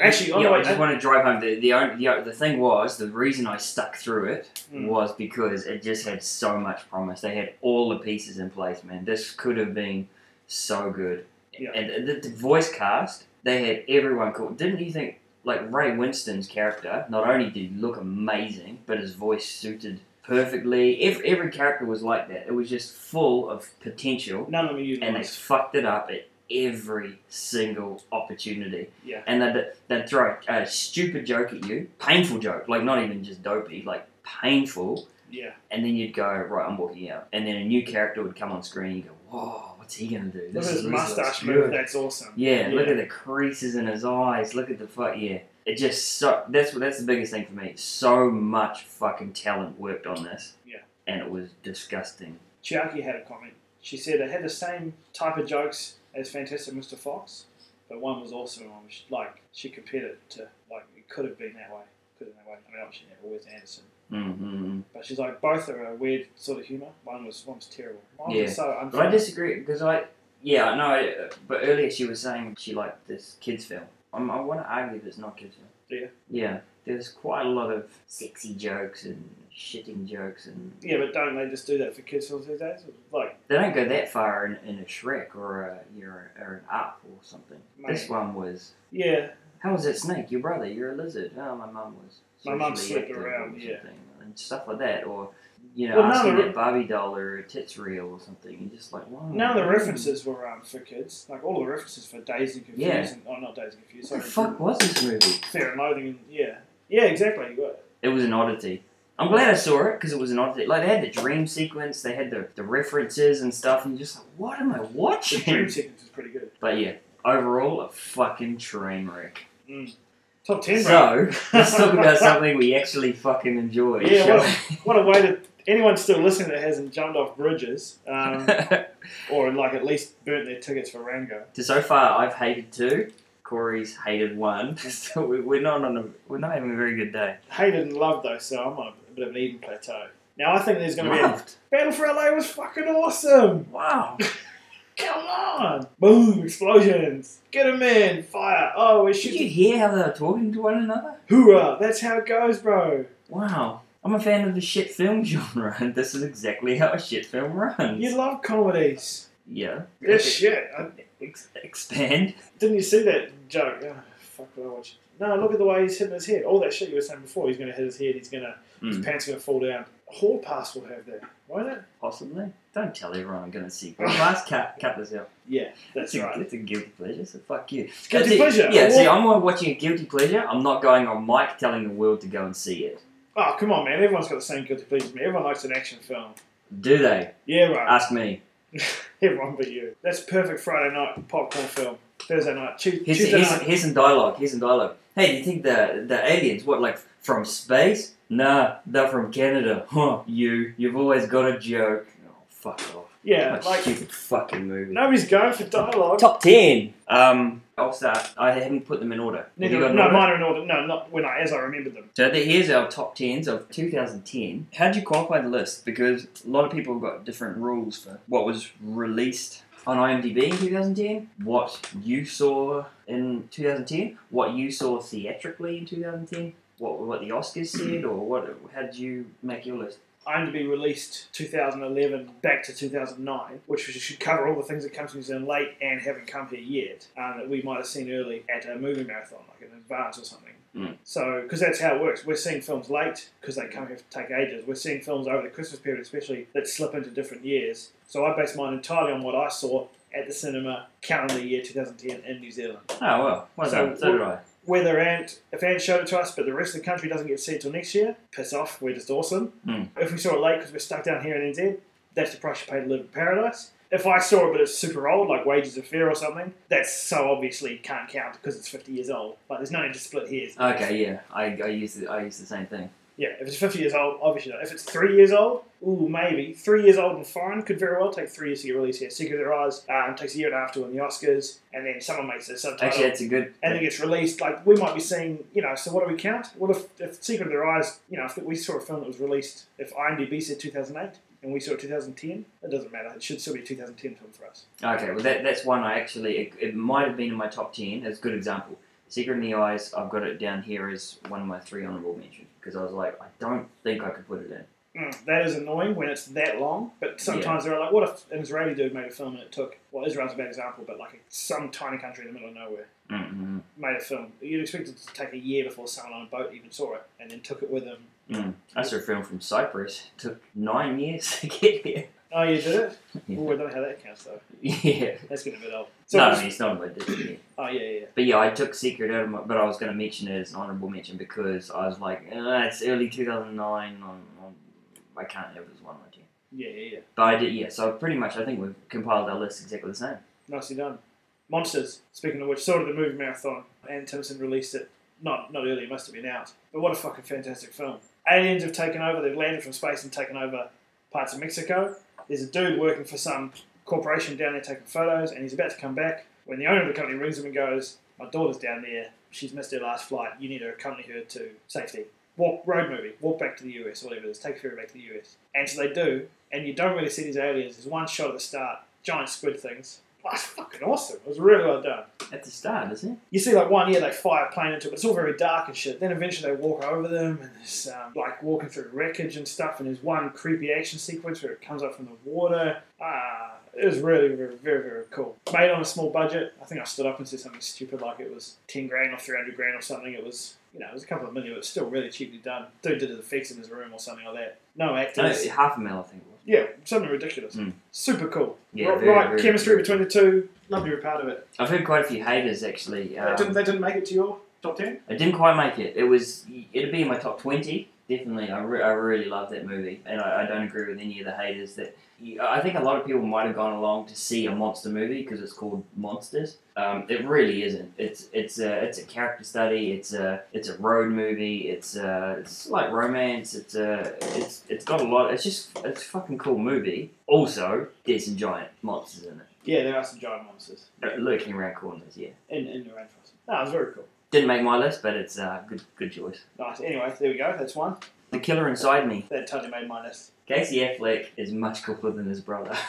Speaker 2: Actually,
Speaker 1: on the
Speaker 2: yeah,
Speaker 1: way-
Speaker 2: I just want to drive home. The the, only, the the thing was the reason I stuck through it
Speaker 1: Mm.
Speaker 2: was because it just had so much promise. They had all the pieces in place, man. This could have been so good.
Speaker 1: Yeah.
Speaker 2: And the, the voice cast, they had everyone cool. Didn't you think like Ray Winston's character? Not only did he look amazing, but his voice suited perfectly. Every, every character was like that. It was just full of potential
Speaker 1: None of them
Speaker 2: and they
Speaker 1: utilized.
Speaker 2: fucked it up at every single opportunity.
Speaker 1: Yeah.
Speaker 2: And they'd, they'd throw a stupid joke at you, painful joke, like not even just dopey, like painful,
Speaker 1: Yeah.
Speaker 2: and then you'd go, right, I'm walking out. And then a new character would come on screen and you go, whoa, what's he going to do?
Speaker 1: Look at his
Speaker 2: is- looks
Speaker 1: mustache
Speaker 2: good."
Speaker 1: move. That's awesome.
Speaker 2: Yeah, look
Speaker 1: Yeah.
Speaker 2: at the creases in his eyes. Look at the fuck. Yeah, it just so that's what that's the biggest thing for me. So much fucking talent worked on this.
Speaker 1: Yeah.
Speaker 2: and it was disgusting.
Speaker 1: Chiaki had a comment. She said it had the same type of jokes as Fantastic Mr. Fox, but one was awesome. And one was like she compared it to like it could have been that way, could have been that way. I mean, obviously never with Anderson,
Speaker 2: Mm-hmm.
Speaker 1: but she's like both are a weird sort of humor. One was one was terrible. One
Speaker 2: Yeah.
Speaker 1: was so
Speaker 2: But I
Speaker 1: unfunny.
Speaker 2: disagree because I, yeah, I know. But earlier she was saying she liked this kids film. I'm, I want to argue that it's not kids film.
Speaker 1: Do you?
Speaker 2: Yeah. There's quite a lot of sexy jokes and shitting jokes, and
Speaker 1: Yeah, but don't they just do that for kids films these days? Like
Speaker 2: they don't go that far in, in a Shrek or a you know, or an Up or something. This
Speaker 1: Mate.
Speaker 2: one was.
Speaker 1: yeah,
Speaker 2: How was it, Snake? Your brother? You're a lizard. Oh, my mum was.
Speaker 1: My mum
Speaker 2: socially
Speaker 1: slept
Speaker 2: active
Speaker 1: around,
Speaker 2: or
Speaker 1: yeah.
Speaker 2: something, and stuff like that, or you know,
Speaker 1: Well, none of
Speaker 2: asking
Speaker 1: the-
Speaker 2: that Barbie doll or a tits reel or something, and just like, wow.
Speaker 1: none of the references were um, for kids. Like all the references for Days and Confused.
Speaker 2: Yeah.
Speaker 1: And, oh, not Days and Confused.
Speaker 2: What the
Speaker 1: Sorry,
Speaker 2: fuck was this movie?
Speaker 1: Fear and Loathing. And, yeah, yeah, exactly. You got it.
Speaker 2: It was an oddity. I'm glad I saw it because it was an oddity. Like they had the dream sequence, they had the, the references and stuff, and you're just like, what am I *laughs*
Speaker 1: The dream *laughs*
Speaker 2: watching?
Speaker 1: sequence is pretty good.
Speaker 2: but yeah, overall, a fucking train wreck.
Speaker 1: Top ten. bro.
Speaker 2: So *laughs* let's talk about something we actually fucking enjoy.
Speaker 1: Yeah,
Speaker 2: shall
Speaker 1: What a way to anyone still listening that hasn't jumped off bridges, um,
Speaker 2: *laughs* we?
Speaker 1: or like at least burnt their tickets for Rango.
Speaker 2: so far, I've hated two. Corey's hated one. *laughs* so we- we're not on a we're not having a very good day.
Speaker 1: Hated and loved though, so I'm on a bit of an even plateau. Now I think there's going to be a
Speaker 2: Loved.
Speaker 1: Battle for LA was fucking awesome.
Speaker 2: Wow.
Speaker 1: *laughs* Come on! Boom! Explosions! Get 'em in! Fire! Oh, we
Speaker 2: Did you
Speaker 1: should.
Speaker 2: hear how they were talking to one another?
Speaker 1: Hoorah! That's how it goes, bro.
Speaker 2: Wow. I'm a fan of the shit film *laughs* genre, and this is exactly how a shit film runs.
Speaker 1: You love comedies.
Speaker 2: Yeah.
Speaker 1: This shit. I,
Speaker 2: Ex- expand.
Speaker 1: didn't you see that joke? Oh, fuck! What I watch? No, look at the way he's hitting his head. All that shit you were saying before. He's going to hit his head. He's going to. His
Speaker 2: Mm,
Speaker 1: pants are gonna fall down. Hall pass will have that, won't it?
Speaker 2: possibly. Don't tell everyone I'm going to see.
Speaker 1: *laughs*
Speaker 2: Last cut, cut this out.
Speaker 1: Yeah, that's
Speaker 2: it's A,
Speaker 1: right.
Speaker 2: it's a guilty pleasure, so fuck you.
Speaker 1: guilty
Speaker 2: That's it.
Speaker 1: pleasure.
Speaker 2: Yeah,
Speaker 1: Well-
Speaker 2: see, I'm not watching a guilty pleasure. I'm not going on mic telling the world to go and see it.
Speaker 1: Oh come on, man! Everyone's got the same guilty pleasure. as Me, everyone likes an action film.
Speaker 2: Do they?
Speaker 1: Yeah, right.
Speaker 2: Ask me. Ah.
Speaker 1: *laughs* everyone but you. That's perfect Friday night popcorn film. Thursday night, Tu-
Speaker 2: Here's,
Speaker 1: Tuesday
Speaker 2: here's,
Speaker 1: night.
Speaker 2: here's some dialogue. Here's some dialogue. Hey, do you think the the aliens what like from space? Nah, they're from Canada. Huh? You, you've always got a joke. Oh, fuck off.
Speaker 1: Yeah,
Speaker 2: What a
Speaker 1: like
Speaker 2: stupid fucking movie.
Speaker 1: nobody's going for dialogue.
Speaker 2: Oh, Top ten. Um, I'll start. I haven't put them in order. Have
Speaker 1: Neither,
Speaker 2: you got
Speaker 1: no,
Speaker 2: an order?
Speaker 1: mine are in order. No, not when I as I remember them.
Speaker 2: So the, here's our top tens of 2010. How'd you qualify the list? Because a lot of people have got different rules for what was released on IMDb in 2010, what you saw in 2010, what you saw theatrically in 2010, what what the Oscars said, or what? How would you make your list?
Speaker 1: I'm to be released 2011 back to 2009, which should cover all the things that come to New Zealand late and haven't come here yet, um, that we might have seen early at a movie marathon, like in advance or something.
Speaker 2: Mm.
Speaker 1: So, because that's how it works. We're seeing films late because they come here to take ages. We're seeing films over the Christmas period, especially that slip into different years. So, I base mine entirely on what I saw at the cinema calendar year 2010 in New Zealand
Speaker 2: Oh well, well
Speaker 1: So
Speaker 2: done. So did I.
Speaker 1: whether Ant, if Ant showed it to us, but the rest of the country doesn't get to see it till next year, piss off, we're just awesome.
Speaker 2: Hmm.
Speaker 1: If we saw it late because we're stuck down here in NZ, that's the price you pay to live in paradise. If I saw it but it's super old, like Wages of Fear or something, that's so obviously can't count because it's 50 years old. Like, there's no need to split hairs.
Speaker 2: Okay, yeah, I, I use the, I use the same thing.
Speaker 1: Yeah, if it's 50 years old, obviously not. If it's three years old, ooh, maybe. Three years old and fine could very well take three years to get released here. Secret of Their Eyes um, takes a year and a half to win the Oscars, and then someone makes a subtitle.
Speaker 2: Actually, that's a good.
Speaker 1: and then gets released. Like we might be seeing, you know. So what do we count? Well, if, if Secret of Their Eyes, you know, if we saw a film that was released, if IMDb said 2008 and we saw 2010, it doesn't matter. It should still be a 2010 film for us.
Speaker 2: Okay, well that, that's one I actually it, it might have been in my top ten. That's a good example. Secret in the Eyes, I've got it down here as one of my three honourable mentions because I was like, I don't think I could put it in.
Speaker 1: Mm, that is annoying when it's that long. But sometimes they're like, what if an Israeli dude made a film and it took? Well, Israel's a bad example, but like some tiny country in the middle of nowhere.
Speaker 2: Mm-hmm.
Speaker 1: made a film. You'd expect it to take a year before someone on a boat even saw it, and then took it with them.
Speaker 2: Mm. I saw a film from Cyprus. It took nine years to get here.
Speaker 1: Oh, you did it?
Speaker 2: Yeah.
Speaker 1: Oh, I don't know how that counts though.
Speaker 2: *laughs* yeah.
Speaker 1: That's getting a bit old.
Speaker 2: No, I mean, it's not about Disney.
Speaker 1: oh yeah, yeah, yeah.
Speaker 2: But yeah, I took Secret out of my, but I was going to mention it as an honourable mention because I was like, uh, it's early 2009, I'm, I'm, I can't have it as one of my ten.
Speaker 1: yeah, yeah, yeah.
Speaker 2: But I did, yeah, so pretty much I think we've compiled our list exactly the same.
Speaker 1: Nicely done. Monsters. Speaking of which, sort of the movie marathon, and Timson released it. Not not early. It must have been out. But what a fucking fantastic film. Aliens have taken over. They've landed from space and taken over parts of Mexico. There's a dude working for some corporation down there taking photos, and he's about to come back when the owner of the company rings him and goes, "My daughter's down there. She's missed her last flight. You need to accompany her to safety. Walk road movie. Walk back to the US, or whatever it is. Take a ferry back to the US." And so they do, and you don't really see these aliens. There's one shot at the start, giant squid things. That's fucking awesome. It was really well done.
Speaker 2: At the start, isn't it?
Speaker 1: You see, like one year they fly a plane into it, but it's all very dark and shit. Then eventually they walk over them, and there's um, like walking through wreckage and stuff. And there's one creepy action sequence where it comes up from the water. Ah, it was really very, very, very cool. Made on a small budget. I think I stood up and said something stupid like it was ten grand or three hundred grand or something. It was. You know, it was a couple of million, but it's still really cheaply done. Dude did his effects in his room or something like that. No
Speaker 2: No,
Speaker 1: actors.
Speaker 2: it's half a mil, I think it was.
Speaker 1: Yeah, something ridiculous.
Speaker 2: Mm.
Speaker 1: Super cool.
Speaker 2: Yeah,
Speaker 1: right,
Speaker 2: very,
Speaker 1: right,
Speaker 2: very
Speaker 1: chemistry
Speaker 2: good.
Speaker 1: between the two. Loved every part of it.
Speaker 2: I've heard quite a few haters actually. Um,
Speaker 1: they, didn't, they didn't make it to your top ten.
Speaker 2: I didn't quite make it. It was it'd be in my top twenty. Definitely, I, re- I really love that movie, and I, I don't agree with any of the haters that. I think a lot of people might have gone along to see a monster movie because it's called Monsters. Um, it really isn't. It's it's a it's a character study. It's a it's a road movie. It's a, it's like romance. It's a it's it's got a lot. It's just it's a fucking cool movie. Also, there's some giant monsters in it,
Speaker 1: Yeah, there are some giant monsters
Speaker 2: They're lurking around corners. Yeah,
Speaker 1: in, in the rainforest. No, it was very cool.
Speaker 2: didn't make my list, but it's a good good choice.
Speaker 1: Nice. Anyway, there we go. That's one.
Speaker 2: The killer inside me.
Speaker 1: That totally made my list.
Speaker 2: Casey Affleck is much cooler than his brother. *laughs*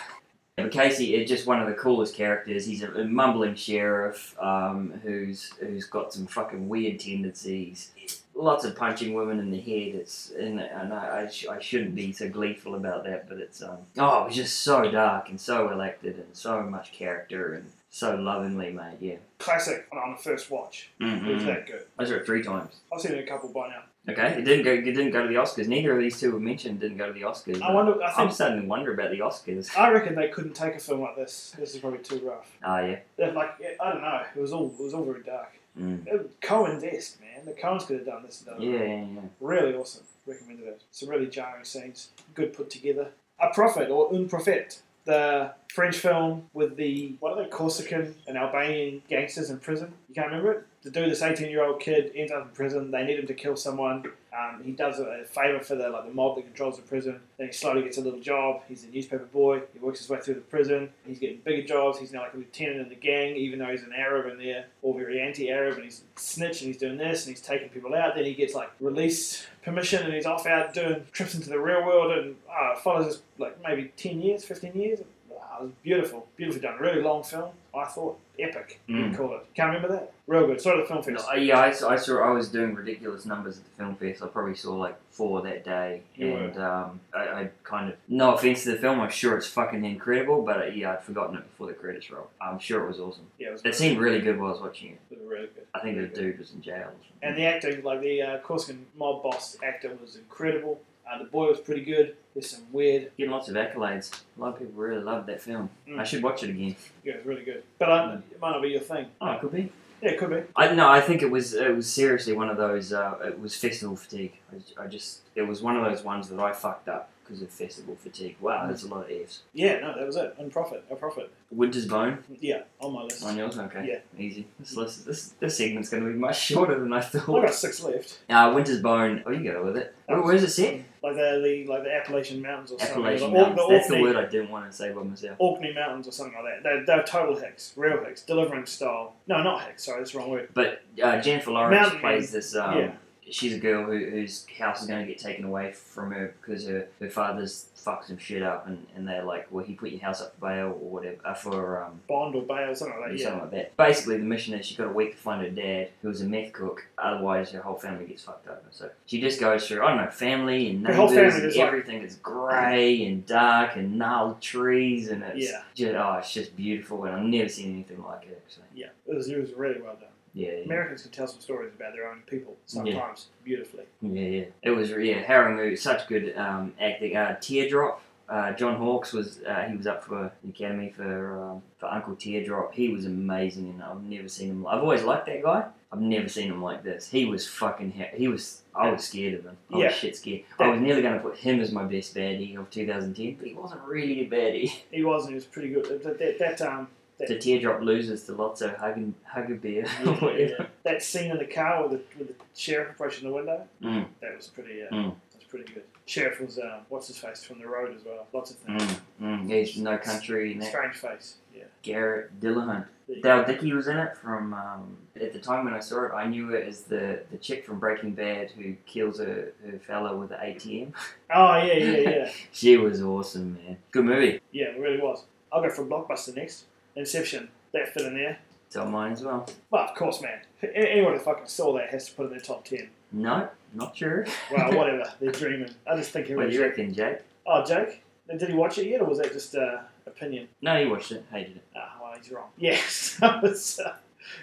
Speaker 2: But Casey is just one of the coolest characters. He's a, a mumbling sheriff um, who's who's got some fucking weird tendencies. Lots of punching women in the head. It's and, and I, I, sh- I shouldn't be so gleeful about that, but it's um oh it was just so dark and so elected and so much character and so lovingly made. Yeah,
Speaker 1: Classic on, on the first watch. It
Speaker 2: Mm.
Speaker 1: was that good.
Speaker 2: I saw it three times.
Speaker 1: I've seen it a couple by now.
Speaker 2: Okay, it didn't go. It didn't go to the Oscars. Neither of these two were mentioned. Didn't go to the Oscars.
Speaker 1: I wonder. I
Speaker 2: Mm.
Speaker 1: Uh,
Speaker 2: I'm
Speaker 1: think.
Speaker 2: starting to wonder about the Oscars.
Speaker 1: I reckon they couldn't take a film like this. This is probably too rough.
Speaker 2: Oh yeah.
Speaker 1: They're like I don't know. It was all it was all very dark.
Speaker 2: Mm.
Speaker 1: It- Cohen's-esque, man. The Coens could have done this and done that.
Speaker 2: Yeah, yeah, yeah.
Speaker 1: Really awesome. Recommended it. Some really jarring scenes. Good put together. A Prophet or Un Prophet, the French film with the, what are they, Corsican and Albanian gangsters in prison. You can't remember it? The dude, this 18 year old kid, ends up in prison. They need him to kill someone. Um, he does a, a favor for the like the mob that controls the prison. Then he slowly gets a little job. He's a newspaper boy. He works his way through the prison. He's getting bigger jobs. He's now like a lieutenant in the gang, even though he's an Arab and they're all very anti-Arab. And he's snitching. He's doing this and he's taking people out. Then he gets like release permission and he's off out doing trips into the real world and uh, follows us like maybe ten years, fifteen years. Wow, it was beautiful, beautifully done. Really long film. I thought epic.
Speaker 2: Mm.
Speaker 1: You'd call it. Can't remember that. Real good. Sort of the film fest.
Speaker 2: No, I- Uh, yeah, I saw, I saw. I was doing ridiculous numbers at the film fest. I probably saw like four that day,
Speaker 1: You
Speaker 2: and um, I, I kind of no offense to the film. I'm sure it's fucking incredible, but uh, yeah, I'd forgotten it before the credits rolled. I'm sure it was awesome.
Speaker 1: Yeah, it was,
Speaker 2: It seemed really good while I was watching it.
Speaker 1: it was really good.
Speaker 2: I think
Speaker 1: Really
Speaker 2: the
Speaker 1: good.
Speaker 2: dude was in jail. Or
Speaker 1: And
Speaker 2: something.
Speaker 1: the acting, like the uh, Corsican mob boss actor, was incredible. Uh, the boy was pretty good. There's some weird,
Speaker 2: Getting lots of accolades. A lot of people really loved that film.
Speaker 1: Mm.
Speaker 2: I should watch it again.
Speaker 1: yeah, it's really good. But um, it might not be your thing.
Speaker 2: Oh, it could be.
Speaker 1: Yeah, it could be.
Speaker 2: I no, I think it was it was seriously one of those. Uh, it was festival fatigue. I, I just it was one of those ones that I fucked up 'cause because of festival fatigue. Wow, that's a lot of F's.
Speaker 1: Yeah, no, that was it. And profit, a profit.
Speaker 2: Winter's Bone
Speaker 1: Yeah, on my list.
Speaker 2: on yours? Okay.
Speaker 1: Yeah.
Speaker 2: Easy. This, list, this, this segment's going to be much *laughs* shorter than I
Speaker 1: I
Speaker 2: thought.
Speaker 1: got six left.
Speaker 2: Uh, Winter's Bone. Oh, you go with it. Where, where's it set?
Speaker 1: Like the, the like the Appalachian Mountains or something.
Speaker 2: Appalachian
Speaker 1: Or the-
Speaker 2: Mountains.
Speaker 1: the
Speaker 2: That's the
Speaker 1: Orkney-
Speaker 2: word I didn't want to say by myself.
Speaker 1: Orkney Mountains or something like that. They're, they're total hicks, real hicks, delivering style. No, not hicks. Sorry, that's the wrong word.
Speaker 2: But uh, Jennifer Lawrence
Speaker 1: Mountain
Speaker 2: plays this. Um,
Speaker 1: Yeah.
Speaker 2: She's a girl who, whose house is going to get taken away from her because her, her father's fucked some shit up, and, and they're like, well, he put your house up for bail or whatever, uh, for um,
Speaker 1: Bond or Bay or something like that. Yeah,
Speaker 2: something like that. Basically, the mission is she got a week to find her dad, who was a meth cook. Otherwise, her whole family gets fucked over. So she just goes through, I don't know, family and
Speaker 1: Her whole
Speaker 2: neighbors,
Speaker 1: family
Speaker 2: and
Speaker 1: is like-
Speaker 2: everything is grey and dark and gnarled trees, and it's
Speaker 1: Yeah.
Speaker 2: just, oh, it's just beautiful, and I've never seen anything like it actually.
Speaker 1: yeah. It was, it was really well done.
Speaker 2: Yeah, yeah.
Speaker 1: Americans can tell some stories about their own people sometimes beautifully.
Speaker 2: Yeah, yeah. It was yeah. Harry was such good um, acting. Uh, Teardrop. Uh, John Hawkes was uh, he was up for the Academy for um, for Uncle Teardrop. He was amazing, and I've never seen him. I've always liked that guy. I've never seen him like this. He was fucking. He, he was. I was scared of him. I
Speaker 1: Yeah.
Speaker 2: was shit scared. I was nearly going to put him as my best baddie of 2010, but he wasn't really
Speaker 1: *laughs*
Speaker 2: a baddie.
Speaker 1: He was, and he was pretty good. That, that, that, um,
Speaker 2: *laughs* The teardrop loses to Lotso Huggen Huggerbeer. or
Speaker 1: yeah,
Speaker 2: whatever.
Speaker 1: yeah. that scene in the car with the, with the sheriff approaching the window,
Speaker 2: Mm.
Speaker 1: that was pretty. Uh,
Speaker 2: Mm.
Speaker 1: That's pretty good. Sheriff was um, what's his face from the road as well. Lots of things.
Speaker 2: *laughs* Mm, mm. He's no country and that.
Speaker 1: Strange face. Yeah.
Speaker 2: Garrett Dillahunt.
Speaker 1: There you
Speaker 2: Dale Dickey was in it from. Um, at the time when I saw it, I knew it as the, the chick from Breaking Bad who kills her, her fella with the ATM.
Speaker 1: Oh yeah, yeah, yeah,
Speaker 2: *laughs*
Speaker 1: *laughs*
Speaker 2: She was awesome, man. Good movie.
Speaker 1: yeah. It really was. I'll go for blockbuster next. Inception. That fit in there.
Speaker 2: It's on mine as well.
Speaker 1: But of course, man, a- anyone who fucking saw that has to put it in their top ten.
Speaker 2: No, not sure. *laughs*
Speaker 1: Well, whatever. They're dreaming. I just think
Speaker 2: What
Speaker 1: everyone's.
Speaker 2: do you reckon, Jake?
Speaker 1: Oh, Jake, did he watch it yet, or was that just uh, opinion?
Speaker 2: No, you watched it. Hated it.
Speaker 1: Ah, well, he's wrong. *laughs* Yes, that was, uh,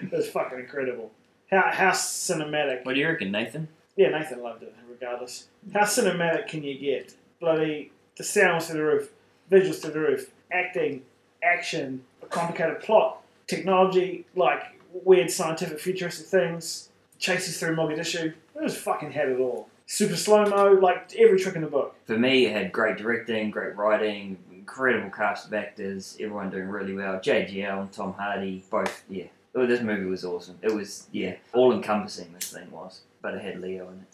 Speaker 1: it was fucking incredible. How, how cinematic.
Speaker 2: What do you reckon, Nathan?
Speaker 1: Yeah, Nathan loved it, regardless. How cinematic can you get? Bloody, the sound was to the roof, visuals to the roof, acting, action, a complicated plot, technology, like weird scientific futuristic things, chases through Mogadishu. It was fucking had it all. Super slow mo, like every trick in the book.
Speaker 2: For me, it had great directing, great writing, incredible cast of actors, everyone doing really well. JGL and Tom Hardy, both, yeah. Oh, this movie was awesome. It was, yeah, all encompassing, this thing was. But it had Leo in it.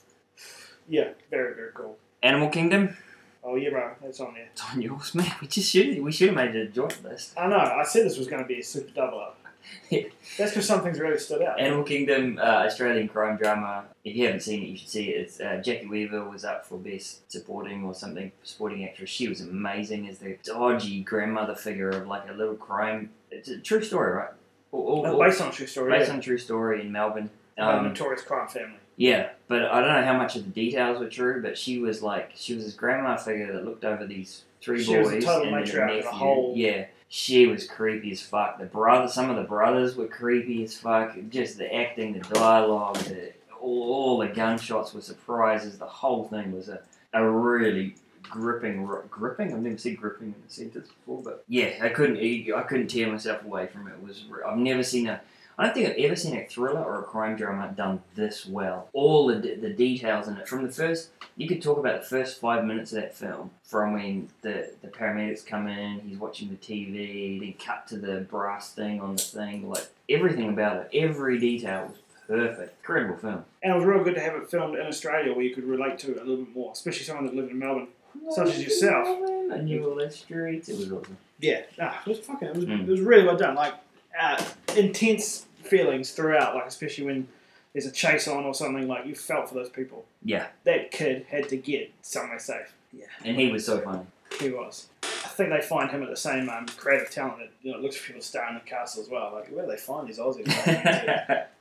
Speaker 1: Yeah, very, very cool.
Speaker 2: Animal Kingdom, *laughs*
Speaker 1: Oh, yeah, bro, that's on there.
Speaker 2: it's on yours, man. We just should we should have made it a joint list.
Speaker 1: I know, I said this was going to be a super double up.
Speaker 2: *laughs* Yeah.
Speaker 1: That's because some things really stood out.
Speaker 2: Animal Kingdom, uh, Australian crime drama. If you haven't seen it, you should see it. It's uh, Jackie Weaver was up for best supporting or something supporting actress. She was amazing as the dodgy grandmother figure of like a little crime. It's a true story, right? All- all-
Speaker 1: Uh,
Speaker 2: all-
Speaker 1: based on a true story.
Speaker 2: based
Speaker 1: yeah.
Speaker 2: on true story in Melbourne.
Speaker 1: About a
Speaker 2: Um,
Speaker 1: notorious crime family.
Speaker 2: yeah, but I don't know how much of the details were true. But she was like, she was this grandma figure that looked over these three
Speaker 1: She
Speaker 2: boys
Speaker 1: was the total
Speaker 2: and
Speaker 1: matriarch
Speaker 2: their
Speaker 1: of the
Speaker 2: nephew.
Speaker 1: whole-
Speaker 2: Yeah, she was creepy as fuck. The brother, some of the brothers were creepy as fuck. Just the acting, the dialogue, the, all, all the gunshots were surprises. The whole thing was a, a really gripping, ro- gripping. I've never seen gripping in a sentence before, but yeah, I couldn't, I couldn't tear myself away from it. it was re- I've never seen a I don't think I've ever seen a thriller or a crime drama done this well. All the, d- the details in it. From the first, you could talk about the first five minutes of that film, from when the, the paramedics come in, he's watching the TV, then cut to the brass thing on the thing. Like, everything about it, every detail was perfect. Incredible film.
Speaker 1: And it was real good to have it filmed in Australia where you could relate to it a little bit more, especially someone that lived in Melbourne. Such as yourself.
Speaker 2: I knew all the streets. It was awesome.
Speaker 1: Yeah. Nah, it was fucking, it was,
Speaker 2: Mm.
Speaker 1: it was really well done. Like, uh, intense feelings throughout, like, especially when there's a chase on or something, like, you felt for those people.
Speaker 2: Yeah,
Speaker 1: That kid had to get somewhere safe. Yeah.
Speaker 2: and he was
Speaker 1: *laughs*
Speaker 2: so funny.
Speaker 1: He was. I think they find him at the same um, creative talent that you know looks for people to star in the castle as well. Like where do they find these Aussies?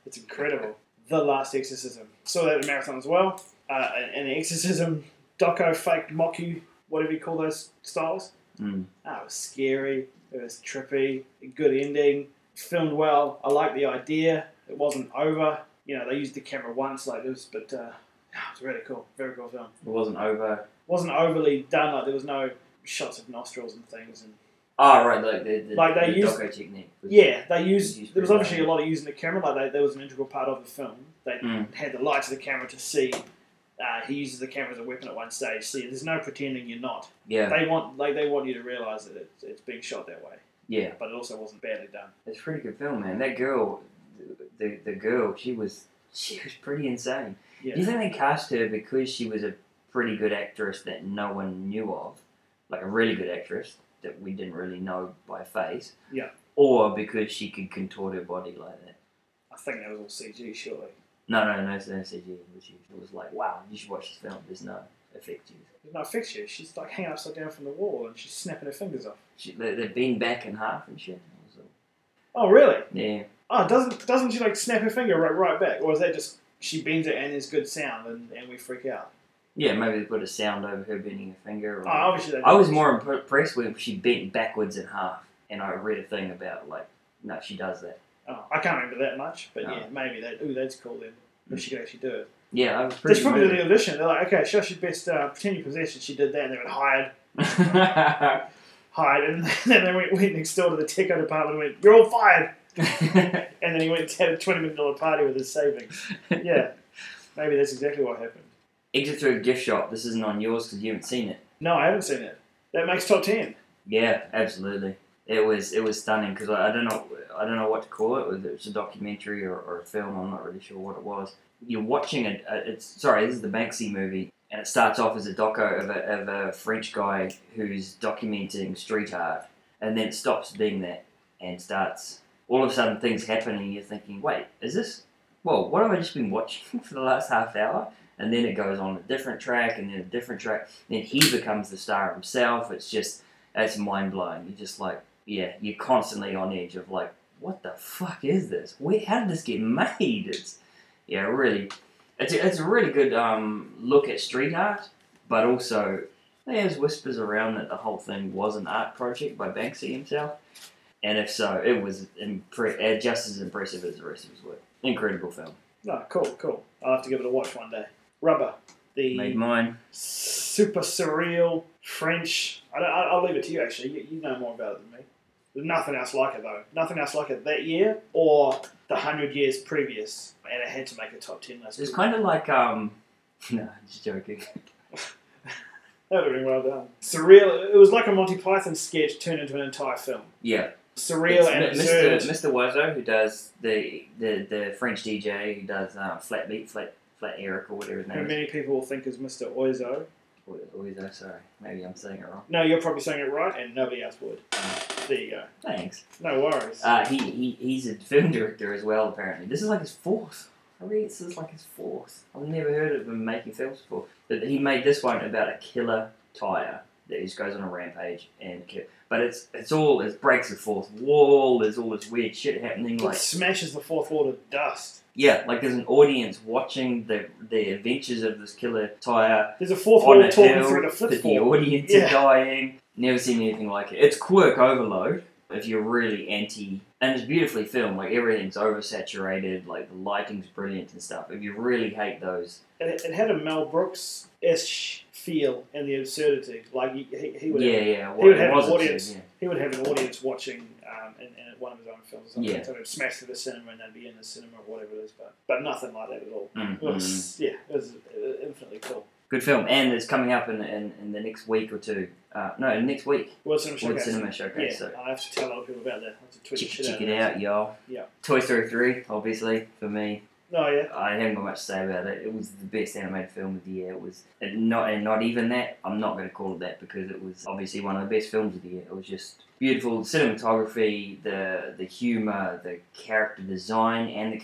Speaker 1: it's incredible. The Last Exorcism. Saw that at the marathon as well. Uh, and the Exorcism doco, fake mocky, whatever you call those styles.
Speaker 2: Mm.
Speaker 1: Ah, it was scary. It was trippy. A good ending. Filmed well. I liked the idea. It wasn't over. You know they used the camera once, like it was, but uh, it was really cool. Very cool film
Speaker 2: It wasn't over.
Speaker 1: wasn't overly done. Like there was no shots of nostrils and things. And
Speaker 2: Oh, right, like the, the,
Speaker 1: Like, they
Speaker 2: the
Speaker 1: used-
Speaker 2: doco technique. was-
Speaker 1: yeah, they
Speaker 2: Used
Speaker 1: used. There was
Speaker 2: pretty
Speaker 1: obviously a lot of using the camera. Like they, there was an integral part of the film. They
Speaker 2: Mm.
Speaker 1: had the lights of the camera to see Uh, he uses the camera as a weapon at one stage. See, there's no pretending you're not.
Speaker 2: Yeah,
Speaker 1: They want like they want you to realize that it's, it's being shot that way,
Speaker 2: yeah.
Speaker 1: but it also wasn't badly done.
Speaker 2: It's a pretty good film, man. That girl, the the girl, she was she was pretty insane.
Speaker 1: Yeah.
Speaker 2: Do you think they cast her because she was a pretty good actress that no one knew of, like a really good actress that we didn't really know by face?
Speaker 1: Yeah.
Speaker 2: Or because she could contort her body like that?
Speaker 1: I think that was all CG, surely.
Speaker 2: No, no, no, no CG. It was, it was like, wow, you should watch this film. There's no effect used.
Speaker 1: There's no fixture. She's like hanging upside down from the wall and she's snapping her fingers off.
Speaker 2: She, they, they've been back in half and shit. It was all-
Speaker 1: Oh, really?
Speaker 2: Yeah.
Speaker 1: Oh, doesn't doesn't she like snap her finger right right back, or is that just she bends it and there's good sound and, and we freak out?
Speaker 2: Yeah, maybe they put a sound over her bending her finger. Or
Speaker 1: Oh, obviously they
Speaker 2: I was more imp- impressed when she bent backwards in half, and I read a thing about like, no, she does that.
Speaker 1: Oh, I can't remember that much, but
Speaker 2: No.
Speaker 1: yeah, maybe that. Ooh, that's cool then. If she could actually do it.
Speaker 2: Yeah, I was pretty.
Speaker 1: That's probably
Speaker 2: moved.
Speaker 1: the audition. They're like, okay, show your best uh, pretend your possession. She did that, and they went hired, hired, and *laughs* then they went, went next door to the techo department and went, "You're all fired." And then he went and had a twenty million dollar party with his savings. yeah, maybe that's exactly what happened.
Speaker 2: *laughs* Exit through a gift shop. This isn't on yours because you haven't seen it.
Speaker 1: No, I haven't seen it. That makes top ten.
Speaker 2: Yeah, absolutely. It was it was stunning because I, I don't know I don't know what to call it. Whether it's a documentary or, or a film, I'm not really sure what it was. You're watching it. uh, It's sorry, this is the Banksy movie, and it starts off as a doco of a, of a French guy who's documenting street art, and then it stops being that and starts all of a sudden things happen, and you're thinking, wait, is this? Well, what have I just been watching *laughs* for the last half hour? And then it goes on a different track, and then a different track. Then he becomes the star himself. It's just that's mind blowing. You're just like, yeah, you're constantly on edge of like, what the fuck is this? Where, how did this get *laughs* made? It's yeah, really, it's a, it's a really good um, look at street art, but also there's whispers around that the whole thing was an art project by Banksy himself, and if so, it was impre- uh, just as impressive as the rest of his work. Incredible film.
Speaker 1: No, cool, cool. I'll have to give it a watch one day. Rubber, the
Speaker 2: Made mine.
Speaker 1: super surreal French. I don't, I- I'll leave it to you. Actually, you, you know more about it than me. There's nothing else like it though. Nothing else like it that year or the hundred years previous, and it had to make a top ten list.
Speaker 2: It's kind of like um, *laughs* no, just joking.
Speaker 1: that would have been well done. Surreal. It was like a Monty Python sketch turned into an entire film.
Speaker 2: Yeah.
Speaker 1: Surreal
Speaker 2: It's
Speaker 1: and
Speaker 2: Mi-
Speaker 1: absurd.
Speaker 2: Mr. Mr. Wiseau, who does the the, the French DJ, who does um, flat beat, flat flat Eric or whatever his
Speaker 1: Who
Speaker 2: name is.
Speaker 1: many people will think is Mr. Oizo.
Speaker 2: Wiseau, sorry, maybe I'm saying it wrong.
Speaker 1: No, you're probably saying it right, and nobody else would.
Speaker 2: Mm.
Speaker 1: There you go.
Speaker 2: Thanks.
Speaker 1: No worries.
Speaker 2: Uh, he, he he's a film director as well. Apparently, this is like his fourth. I mean, this is like his fourth. I've never heard of him making films before. But he made this one about a killer tire that just goes on a rampage and kill. But it's it's all it breaks the fourth wall. There's all this weird shit happening.
Speaker 1: it
Speaker 2: Like
Speaker 1: smashes the fourth wall to dust.
Speaker 2: Yeah, like there's an audience watching the the adventures of this killer tire
Speaker 1: There's a fourth
Speaker 2: on
Speaker 1: wall
Speaker 2: a
Speaker 1: talking
Speaker 2: hill
Speaker 1: through the
Speaker 2: that
Speaker 1: flip
Speaker 2: the
Speaker 1: wall.
Speaker 2: audience
Speaker 1: Yeah.
Speaker 2: are dying. Never seen anything like it. It's quirk overload if you're really anti, and it's beautifully filmed. Like everything's oversaturated, like the lighting's brilliant and stuff. If you really hate those,
Speaker 1: It, it had a Mel Brooks ish feel in the absurdity. Like he, he, he would
Speaker 2: yeah,
Speaker 1: have,
Speaker 2: yeah,
Speaker 1: would
Speaker 2: it
Speaker 1: have an
Speaker 2: was absurd,
Speaker 1: audience.
Speaker 2: yeah.
Speaker 1: he would have an audience watching um, in, in one of his own films. Or something.
Speaker 2: Yeah.
Speaker 1: So they'd smash through the cinema and they'd be in the cinema or whatever it is. But but nothing like that at all.
Speaker 2: Mm,
Speaker 1: It was-
Speaker 2: mm.
Speaker 1: yeah, it was uh, infinitely cool.
Speaker 2: Good film, and it's coming up in, in, in the next week or two. Uh, no, next week.
Speaker 1: World Cinema
Speaker 2: World
Speaker 1: Showcase.
Speaker 2: Cinema Showcase.
Speaker 1: yeah,
Speaker 2: So
Speaker 1: I have to tell other people about that. I have to tweet
Speaker 2: check,
Speaker 1: the shit
Speaker 2: check
Speaker 1: out. of
Speaker 2: it out, y'all.
Speaker 1: Yeah.
Speaker 2: Toy Story three, obviously for me.
Speaker 1: No, Oh, yeah.
Speaker 2: I haven't got much to say about it. It was the best animated film of the year. It was and not, and not even that. I'm not going to call it that because it was obviously one of the best films of the year. It was just beautiful cinematography, the the humor, the character design, and the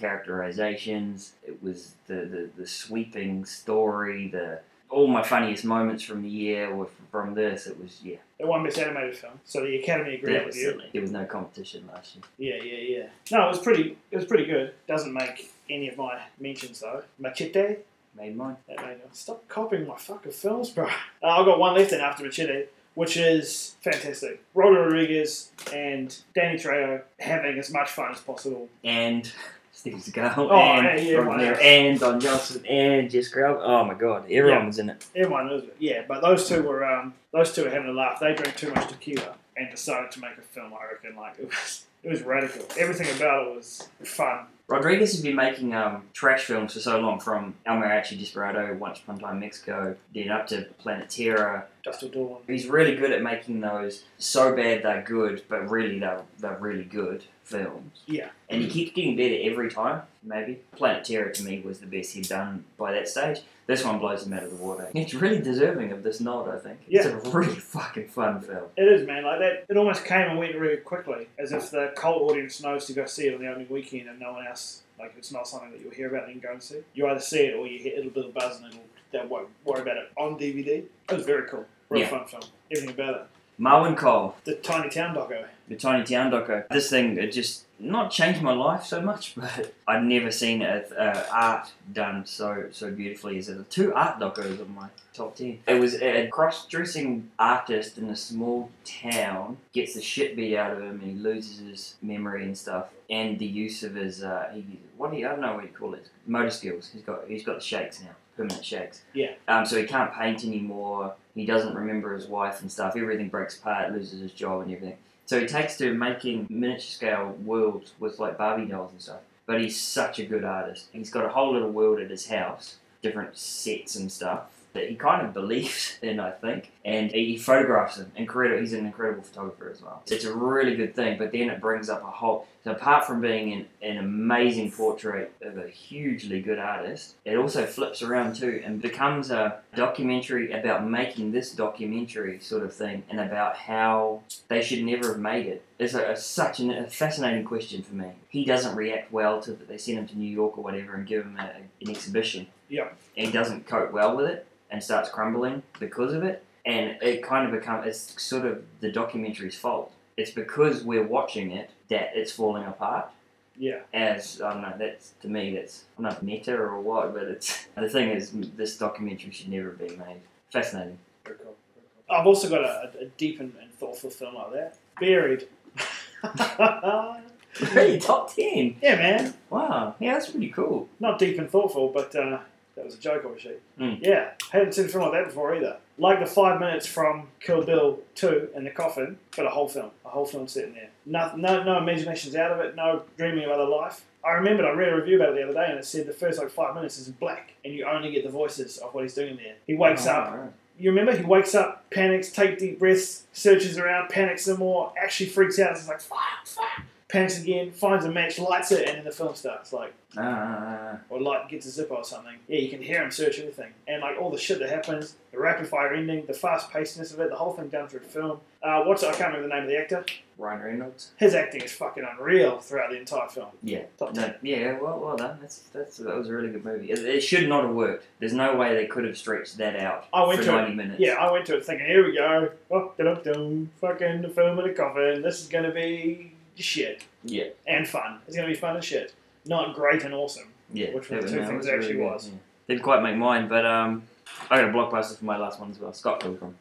Speaker 2: characterizations. It was the the, the sweeping story. The all my funniest moments from the year were from this. It was yeah,
Speaker 1: It won Best Animated Film, so the Academy agreed
Speaker 2: that
Speaker 1: with
Speaker 2: was
Speaker 1: you.
Speaker 2: silly. There was no competition last year.
Speaker 1: Yeah, yeah, yeah. No, it was pretty. It was pretty good. Doesn't make any of my mentions though. Machete.
Speaker 2: Made mine.
Speaker 1: That made me- Stop copying my fucking films, bro. Uh, I've got one left then after Machete, which is fantastic. Roland Rodriguez and Danny Trejo having as much fun as possible.
Speaker 2: and *laughs* Steven Seagal
Speaker 1: Oh,
Speaker 2: and
Speaker 1: yeah, yeah,
Speaker 2: Robert De Niro
Speaker 1: wow.
Speaker 2: and Don Johnson and Jess Crowell. Oh my god, everyone
Speaker 1: Yeah.
Speaker 2: was in it.
Speaker 1: Everyone knows it. Yeah, but those two were um, those two were having a laugh. They drank too much tequila and decided to make a film. I reckon like it was it was radical. Everything about it was fun
Speaker 2: Rodriguez has been making um, trash films for so long, from El Mariachi Desperado, Once Upon a Time in Mexico, then up to Planet Terror.
Speaker 1: Dust of Dawn.
Speaker 2: He's really good at making those so bad they're good, but really they're, they're really good films.
Speaker 1: Yeah.
Speaker 2: And he keeps getting better every time, maybe. Planet Terror to me was the best he'd done by that stage. This one blows him out of the water. It's really deserving of this nod, I think. It's a really *laughs* fucking fun film.
Speaker 1: It is, man. Like that, it almost came and went really quickly, as if the cult audience knows to go see it on the opening weekend, and no one else. Like it's not something that you'll hear about, then go and see. You either see it or you hit a little buzz, and it'll, they won't worry about it on DVD. It was very cool, real
Speaker 2: Yeah.
Speaker 1: fun film. Everything about it.
Speaker 2: Marwin Cole,
Speaker 1: The tiny town doco.
Speaker 2: the Tiny Town doco. This thing, it just not changed my life so much, *laughs* but I'd never seen a, a art done so so beautifully as it. The two art docos of my top ten. It was a cross-dressing artist in a small town gets the shit beat out of him, and he loses his memory and stuff, and the use of his uh, he, what do you, I don't know what you call it motor skills. He's got he's got the shakes now, permanent shakes.
Speaker 1: Yeah.
Speaker 2: Um, so he can't paint anymore. He doesn't remember his wife and stuff. Everything breaks apart. Loses his job and everything. So he takes to making miniature scale worlds with like Barbie dolls and stuff. But he's such a good artist. He's got a whole little world at his house, different sets and stuff that he kind of believes *laughs* in, I think. And he photographs them. Incredible. He's an incredible photographer as well. It's a really good thing. But then it brings up a whole. So apart from being an, an amazing portrait of a hugely good artist, it also flips around too and becomes a documentary about making this documentary sort of thing and about how they should never have made it. It's a, a- such an, a fascinating question for me. He doesn't react well to that they send him to New York or whatever and give him a, an exhibition.
Speaker 1: Yeah.
Speaker 2: And he doesn't cope well with it and starts crumbling because of it. And it kind of becomes, it's sort of the documentary's fault. It's because we're watching it that it's falling apart.
Speaker 1: Yeah.
Speaker 2: As, I don't know, that's, to me, that's, I don't know if meta or what, but it's, *laughs* the thing is, this documentary should never have been made. Fascinating.
Speaker 1: Very cool. Very cool. I've also got a, a deep and, and thoughtful film like that. Buried. *laughs* yeah,
Speaker 2: *laughs* Really, top 10.
Speaker 1: man.
Speaker 2: Wow. Yeah, that's pretty cool.
Speaker 1: Not deep and thoughtful, but uh, that was a joke, obviously.
Speaker 2: Mm.
Speaker 1: Yeah, haven't seen a film like that before either. Like the five minutes from Kill Bill 2 in the coffin, but a whole film. A whole film sitting there. No, no, no imaginations out of it, no dreaming of other life. I remembered I read a review about it the other day and it said the first like five minutes is in black and you only get the voices of what he's doing there. He wakes
Speaker 2: Oh,
Speaker 1: up,
Speaker 2: alright.
Speaker 1: You remember he wakes up, panics, take deep breaths, searches around, panics some more, actually freaks out. It's like fuck, fuck. Panics again, finds a match, lights it, and then the film starts. Like
Speaker 2: Ah, ah, ah.
Speaker 1: or light gets a zipper or something. Yeah, you can hear him search everything, and like all the shit that happens, the rapid fire ending, the fast pacedness of it, the whole thing done through film. Uh, what's I can't remember the name of the actor.
Speaker 2: Ryan Reynolds.
Speaker 1: His acting is fucking unreal throughout the entire film.
Speaker 2: Yeah.
Speaker 1: Top ten.
Speaker 2: No, yeah, well, well done. That's, that's, that was a really good movie. It, it should not have worked. There's no way they could have stretched that out
Speaker 1: I went
Speaker 2: for
Speaker 1: to it.
Speaker 2: 90 minutes.
Speaker 1: Yeah, I went to it thinking, here we go, oh, dum fucking the film in a coffin. This is gonna be shit.
Speaker 2: Yeah.
Speaker 1: and fun. It's going to be fun as shit. Not great and awesome.
Speaker 2: Yeah.
Speaker 1: Which one of the
Speaker 2: That-
Speaker 1: two
Speaker 2: no, it
Speaker 1: things
Speaker 2: really
Speaker 1: actually
Speaker 2: good,
Speaker 1: was.
Speaker 2: yeah. Didn't quite make mine, but um, I got a blockbuster for my last one as well. Scott Pilgrim.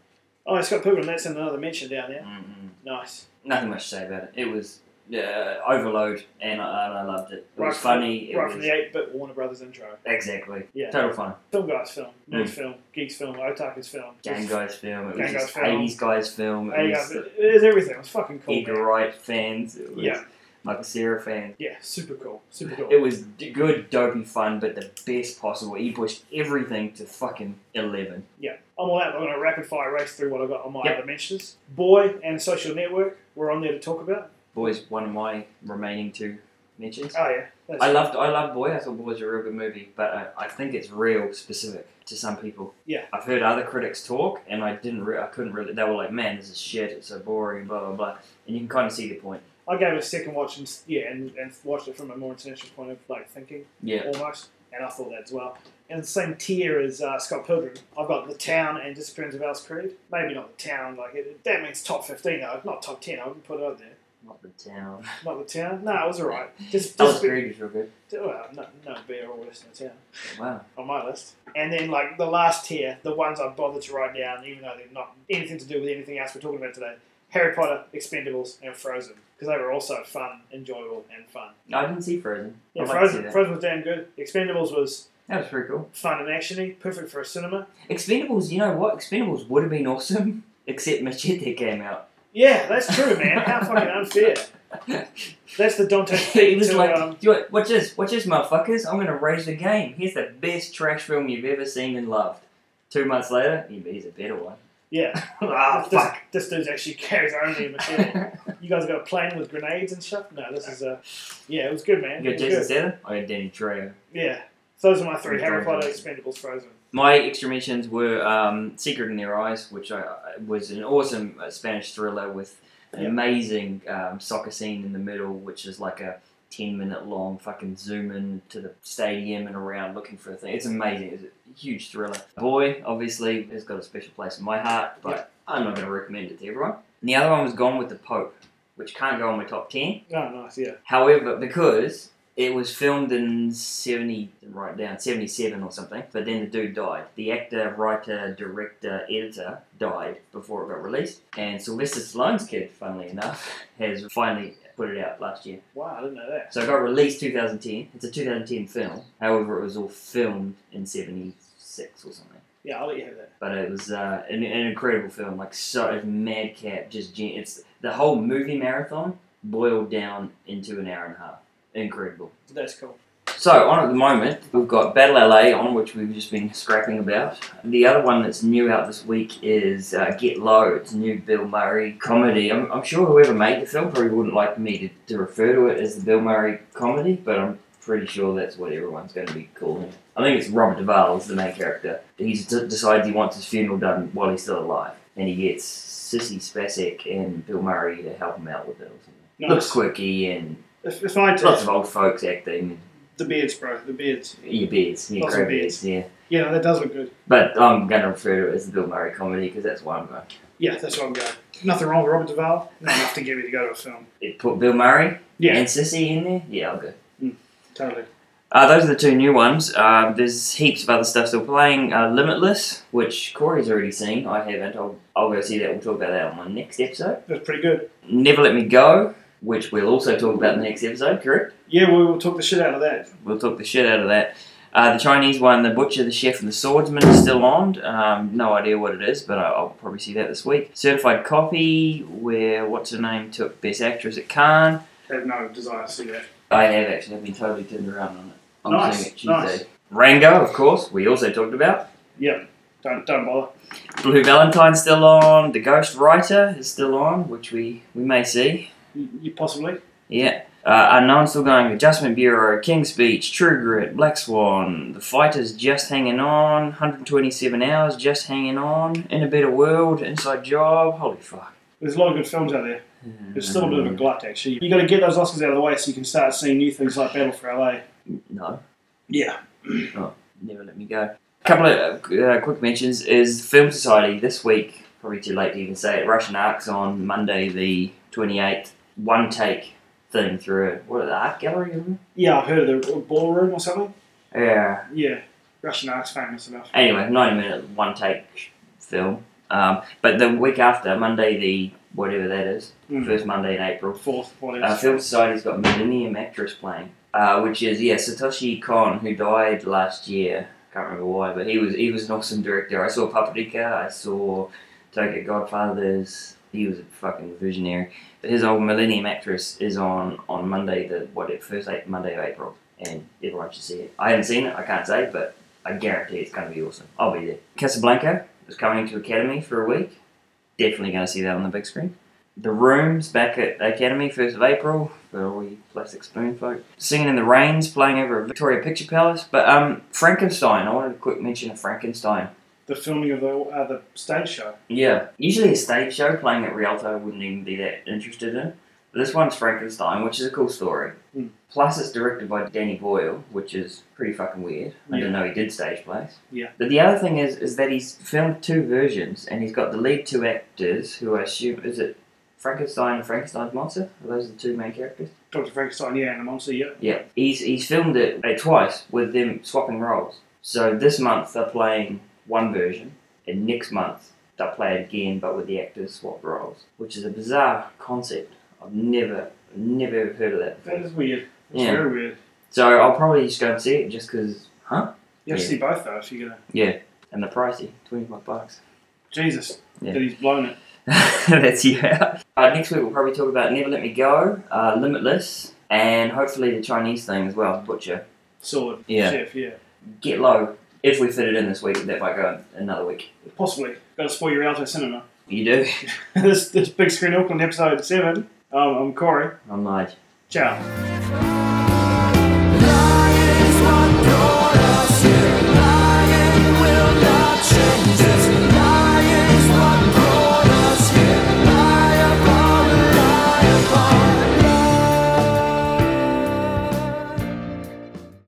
Speaker 1: Oh, Scott Pilgrim, that's in another mention down there.
Speaker 2: Mm-mm.
Speaker 1: Nice.
Speaker 2: Nothing much to say about it. It was uh, overload, and I, and I loved it. It
Speaker 1: Right
Speaker 2: was
Speaker 1: from-
Speaker 2: funny. It
Speaker 1: right from
Speaker 2: was
Speaker 1: the 8 bit Warner Brothers intro.
Speaker 2: exactly
Speaker 1: Yeah.
Speaker 2: total fun.
Speaker 1: Film guys' film, nerd
Speaker 2: Mm.
Speaker 1: film, geeks' film, otaku's film.
Speaker 2: Game
Speaker 1: Just-
Speaker 2: guys film. It was
Speaker 1: Gang Guys
Speaker 2: just
Speaker 1: film.
Speaker 2: 80s guys film. It
Speaker 1: Hey,
Speaker 2: was
Speaker 1: guys, it it is everything. It was fucking cool.
Speaker 2: Edgar
Speaker 1: man.
Speaker 2: Wright fans. It was
Speaker 1: Yeah.
Speaker 2: Michael Cera fans.
Speaker 1: Yeah, super cool. Super cool.
Speaker 2: It was d- good, dopey fun, but the best possible. He pushed everything to fucking 11.
Speaker 1: Yeah, I'm all out. I'm going to rapid fire race through what I've got on my
Speaker 2: Yep.
Speaker 1: other mentions. Boy and Social Network, we're on there to talk about.
Speaker 2: Boys, one of my remaining two mentions.
Speaker 1: Oh, yeah. That's
Speaker 2: I loved, I loved Boy. I thought Boy was a real good movie, but uh, I, I think it's real specific to some people.
Speaker 1: Yeah.
Speaker 2: I've heard other critics talk, and I didn't, re- I couldn't really. They were like, "Man, this is shit. It's so boring." Blah blah blah. And you can kind of see the point.
Speaker 1: I gave it a second watch and, s- yeah, and, and watched it from a more international point of like thinking.
Speaker 2: Yeah.
Speaker 1: almost, and I thought that as well. In the same tier as uh, Scott Pilgrim, I've got The Town and Disappearance of Alice Creed. Maybe not The Town, like it, that means top fifteen though, not top ten. I wouldn't put it up there.
Speaker 2: Not the town.
Speaker 1: Not The Town. No, it was alright. Just,
Speaker 2: Alice
Speaker 1: just
Speaker 2: Creed is real good.
Speaker 1: well, no, no better or worse than The Town
Speaker 2: Wow.
Speaker 1: on my list. And then like the last tier, the ones I bothered to write down, even though they're not anything to do with anything else we're talking about today. Harry Potter, Expendables, and Frozen, because they were also fun, enjoyable, and fun.
Speaker 2: I didn't see Frozen.
Speaker 1: Yeah,
Speaker 2: I'd like to see
Speaker 1: Frozen,
Speaker 2: that.
Speaker 1: Frozen was damn good. Expendables was
Speaker 2: That was pretty cool.
Speaker 1: fun and actiony, perfect for a cinema.
Speaker 2: Expendables, you know what? Expendables *laughs* would have been awesome, except Machete came out.
Speaker 1: Yeah, that's true, man. How fucking unfair. That's the Dante
Speaker 2: *laughs* he
Speaker 1: thing
Speaker 2: was
Speaker 1: to,
Speaker 2: like,
Speaker 1: um,
Speaker 2: "Do it. Watch this, watch this, motherfuckers! I'm gonna raise the game. Here's the best trash film you've ever seen and loved." Two months later, yeah, but he's a better one. *laughs*
Speaker 1: yeah.
Speaker 2: ah,
Speaker 1: this, *laughs*
Speaker 2: fuck.
Speaker 1: this dude's actually carries only material. You guys got a plane with grenades and stuff? No, this is a. Yeah, it was good, man.
Speaker 2: You
Speaker 1: It was
Speaker 2: got Jason
Speaker 1: good.
Speaker 2: Statham. I got Danny Trejo.
Speaker 1: Yeah. So those are my three
Speaker 2: Yeah,
Speaker 1: Harry Potter,
Speaker 2: Jason.
Speaker 1: Expendables, Frozen.
Speaker 2: My extra mentions were um, Secret in Their Eyes, which I, I- was an awesome uh, Spanish thriller with an
Speaker 1: Yeah.
Speaker 2: amazing um, soccer scene in the middle, which is like a 10 minute long fucking zoom in to the stadium and around looking for a thing. It's amazing. It's a huge thriller. Boy, obviously, has got a special place in my heart, but I'm not going to recommend it to everyone. And the other one was Gone with the Pope, which can't go on my top 10.
Speaker 1: Oh, nice, yeah.
Speaker 2: However, because it was filmed in 70, right down, 77 or something, but then the dude died. The actor, writer, director, editor died before it got released. And Sylvester Stallone's kid, funnily enough, has finally put it out last year.
Speaker 1: Wow, I didn't know that.
Speaker 2: So it got released 2010. It's a 2010 film. However, it was all filmed in 76 or something.
Speaker 1: Yeah, I'll let you have that.
Speaker 2: But it was uh, an, an incredible film, like so madcap, just gen- it's the whole movie marathon boiled down into an hour and a half. Incredible.
Speaker 1: That's cool.
Speaker 2: So on at the moment, we've got Battle LA on, which we've just been scrapping about. The other one that's new out this week is uh, Get Low. It's a new Bill Murray comedy. I'm, I'm sure whoever made the film probably wouldn't like me to, to refer to it as the Bill Murray comedy, but I'm pretty sure that's what everyone's going to be calling it. I think it's Robert Duvall is the main character. He d- decides he wants his funeral done while he's still alive, and he gets Sissy Spacek and Bill Murray to help him out with it. Or something.
Speaker 1: Nice.
Speaker 2: Looks quirky and
Speaker 1: If, if I
Speaker 2: lots
Speaker 1: did,
Speaker 2: of old folks acting.
Speaker 1: the beards, bro, the beards.
Speaker 2: Your beards, your
Speaker 1: Lots of
Speaker 2: crab
Speaker 1: beards.
Speaker 2: beards, yeah.
Speaker 1: Yeah, no, that does look good.
Speaker 2: But I'm going to refer to it as the Bill Murray comedy because that's why I'm going.
Speaker 1: Yeah, that's what I'm going. Nothing wrong with Robert Duvall. Not enough to get me to go to a film.
Speaker 2: It put Bill Murray
Speaker 1: Yeah,
Speaker 2: and Sissy in there. Yeah, I'll go.
Speaker 1: totally.
Speaker 2: Uh, those are the two new ones. Um, there's heaps of other stuff still playing. Uh, Limitless, which Corey's already seen. I haven't. I'll, I'll go see that. We'll talk about that on my next episode.
Speaker 1: That's pretty good.
Speaker 2: Never Let Me Go, which we'll also talk about in the next episode, correct?
Speaker 1: Yeah, we will talk the shit out of that.
Speaker 2: We'll talk the shit out of that. Uh, the Chinese one, the butcher, the chef, and the swordsman is still on. Um, no idea what it is, but I, I'll probably see that this week. Certified copy, where what's her name took best actress at Cannes.
Speaker 1: have no desire to see that.
Speaker 2: I have actually. I've been totally turned around on it. I'm
Speaker 1: Nice,
Speaker 2: seeing it Tuesday.
Speaker 1: nice.
Speaker 2: Rango, of course. We also talked about
Speaker 1: Don't don't bother.
Speaker 2: Blue Valentine's still on. The Ghost Writer is still on, which we we may see.
Speaker 1: You, you possibly.
Speaker 2: Yeah. Uh, Unknown still going. Adjustment Bureau, King's Speech, True Grit, Black Swan, The Fighters just hanging on, 127 hours just hanging on, In a Better World, Inside Job. Holy fuck.
Speaker 1: There's a lot of good films out there. There's still a bit of a glut actually. You got to get those Oscars out of the way so you can start seeing new things like Battle for LA.
Speaker 2: No, Oh,
Speaker 1: Yeah.
Speaker 2: never let me go. A couple of uh, quick mentions is Film Society this week. Probably too late to even say it. Russian Arcs on Monday the 28th. One take thing through it. What, the art gallery? isn't
Speaker 1: Yeah, I've heard of the Ballroom or something.
Speaker 2: it? Yeah.
Speaker 1: Yeah. Russian art's famous enough.
Speaker 2: anyway, 90 minute one take film. Um, but the week after, Monday the whatever that is,
Speaker 1: Mm.
Speaker 2: first Monday in April,
Speaker 1: Fourth, what is?
Speaker 2: uh, Film Society's got Millennium Actress playing, uh, which is yeah Satoshi Kon who died last year. Can't remember why, but he was he was an awesome director. I saw Paprika, I saw Tokyo Godfathers. He was a fucking visionary. But his old Millennium Actress is on on Monday the what first eight, Monday of April, and everyone should see it. I haven't seen it, I can't say, but I guarantee it's going to be awesome. I'll be there. Casablanca is coming to Academy for a week. Definitely going to see that on the big screen. The Rooms back at Academy, 1st of April, for all you plastic spoon folk. Singing in the Rain's playing over at Victoria Picture Palace. But um, Frankenstein, I wanted a quick mention of Frankenstein.
Speaker 1: the filming of the uh, the stage show.
Speaker 2: Yeah. Usually a stage show playing at Rialto I wouldn't even be that interested in. But this one's Frankenstein, which is a cool story.
Speaker 1: Mm.
Speaker 2: Plus, it's directed by Danny Boyle, which is pretty fucking weird. I didn't know he did stage plays.
Speaker 1: Yeah.
Speaker 2: But the other thing is, is that he's filmed two versions, and he's got the lead two actors who I assume is it Frankenstein and Frankenstein's monster. Are those the two main characters?
Speaker 1: Dr. Frankenstein, yeah, and the monster, yeah.
Speaker 2: Yeah. He's he's filmed it uh, twice with them swapping roles. So this month they're playing one version, and next month they'll play it again, but with the actors swap roles, which is a bizarre concept. I've never never heard of that.
Speaker 1: That
Speaker 2: Before.
Speaker 1: is weird. It's
Speaker 2: Yeah.
Speaker 1: very weird.
Speaker 2: So I'll probably just go and see it just because, huh?
Speaker 1: You have to
Speaker 2: Yeah.
Speaker 1: see both though if you're gonna.
Speaker 2: And the pricey, twenty five bucks. *laughs*
Speaker 1: Jesus,
Speaker 2: Yeah.
Speaker 1: that he's blown it.
Speaker 2: That's you out. Uh, next week we'll probably talk about Never Let Me Go, uh, Limitless, and hopefully the Chinese thing as well, Butcher.
Speaker 1: Sword.
Speaker 2: Yeah.
Speaker 1: Chef, yeah.
Speaker 2: Get Low. If we fit it in this week, that might go another week.
Speaker 1: Possibly. Gotta spoil your Alto Cinema. *laughs*
Speaker 2: You do? *laughs*
Speaker 1: this, this Big Screen Auckland episode 7. Um, I'm Corey.
Speaker 2: I'm Nige.
Speaker 1: Ciao.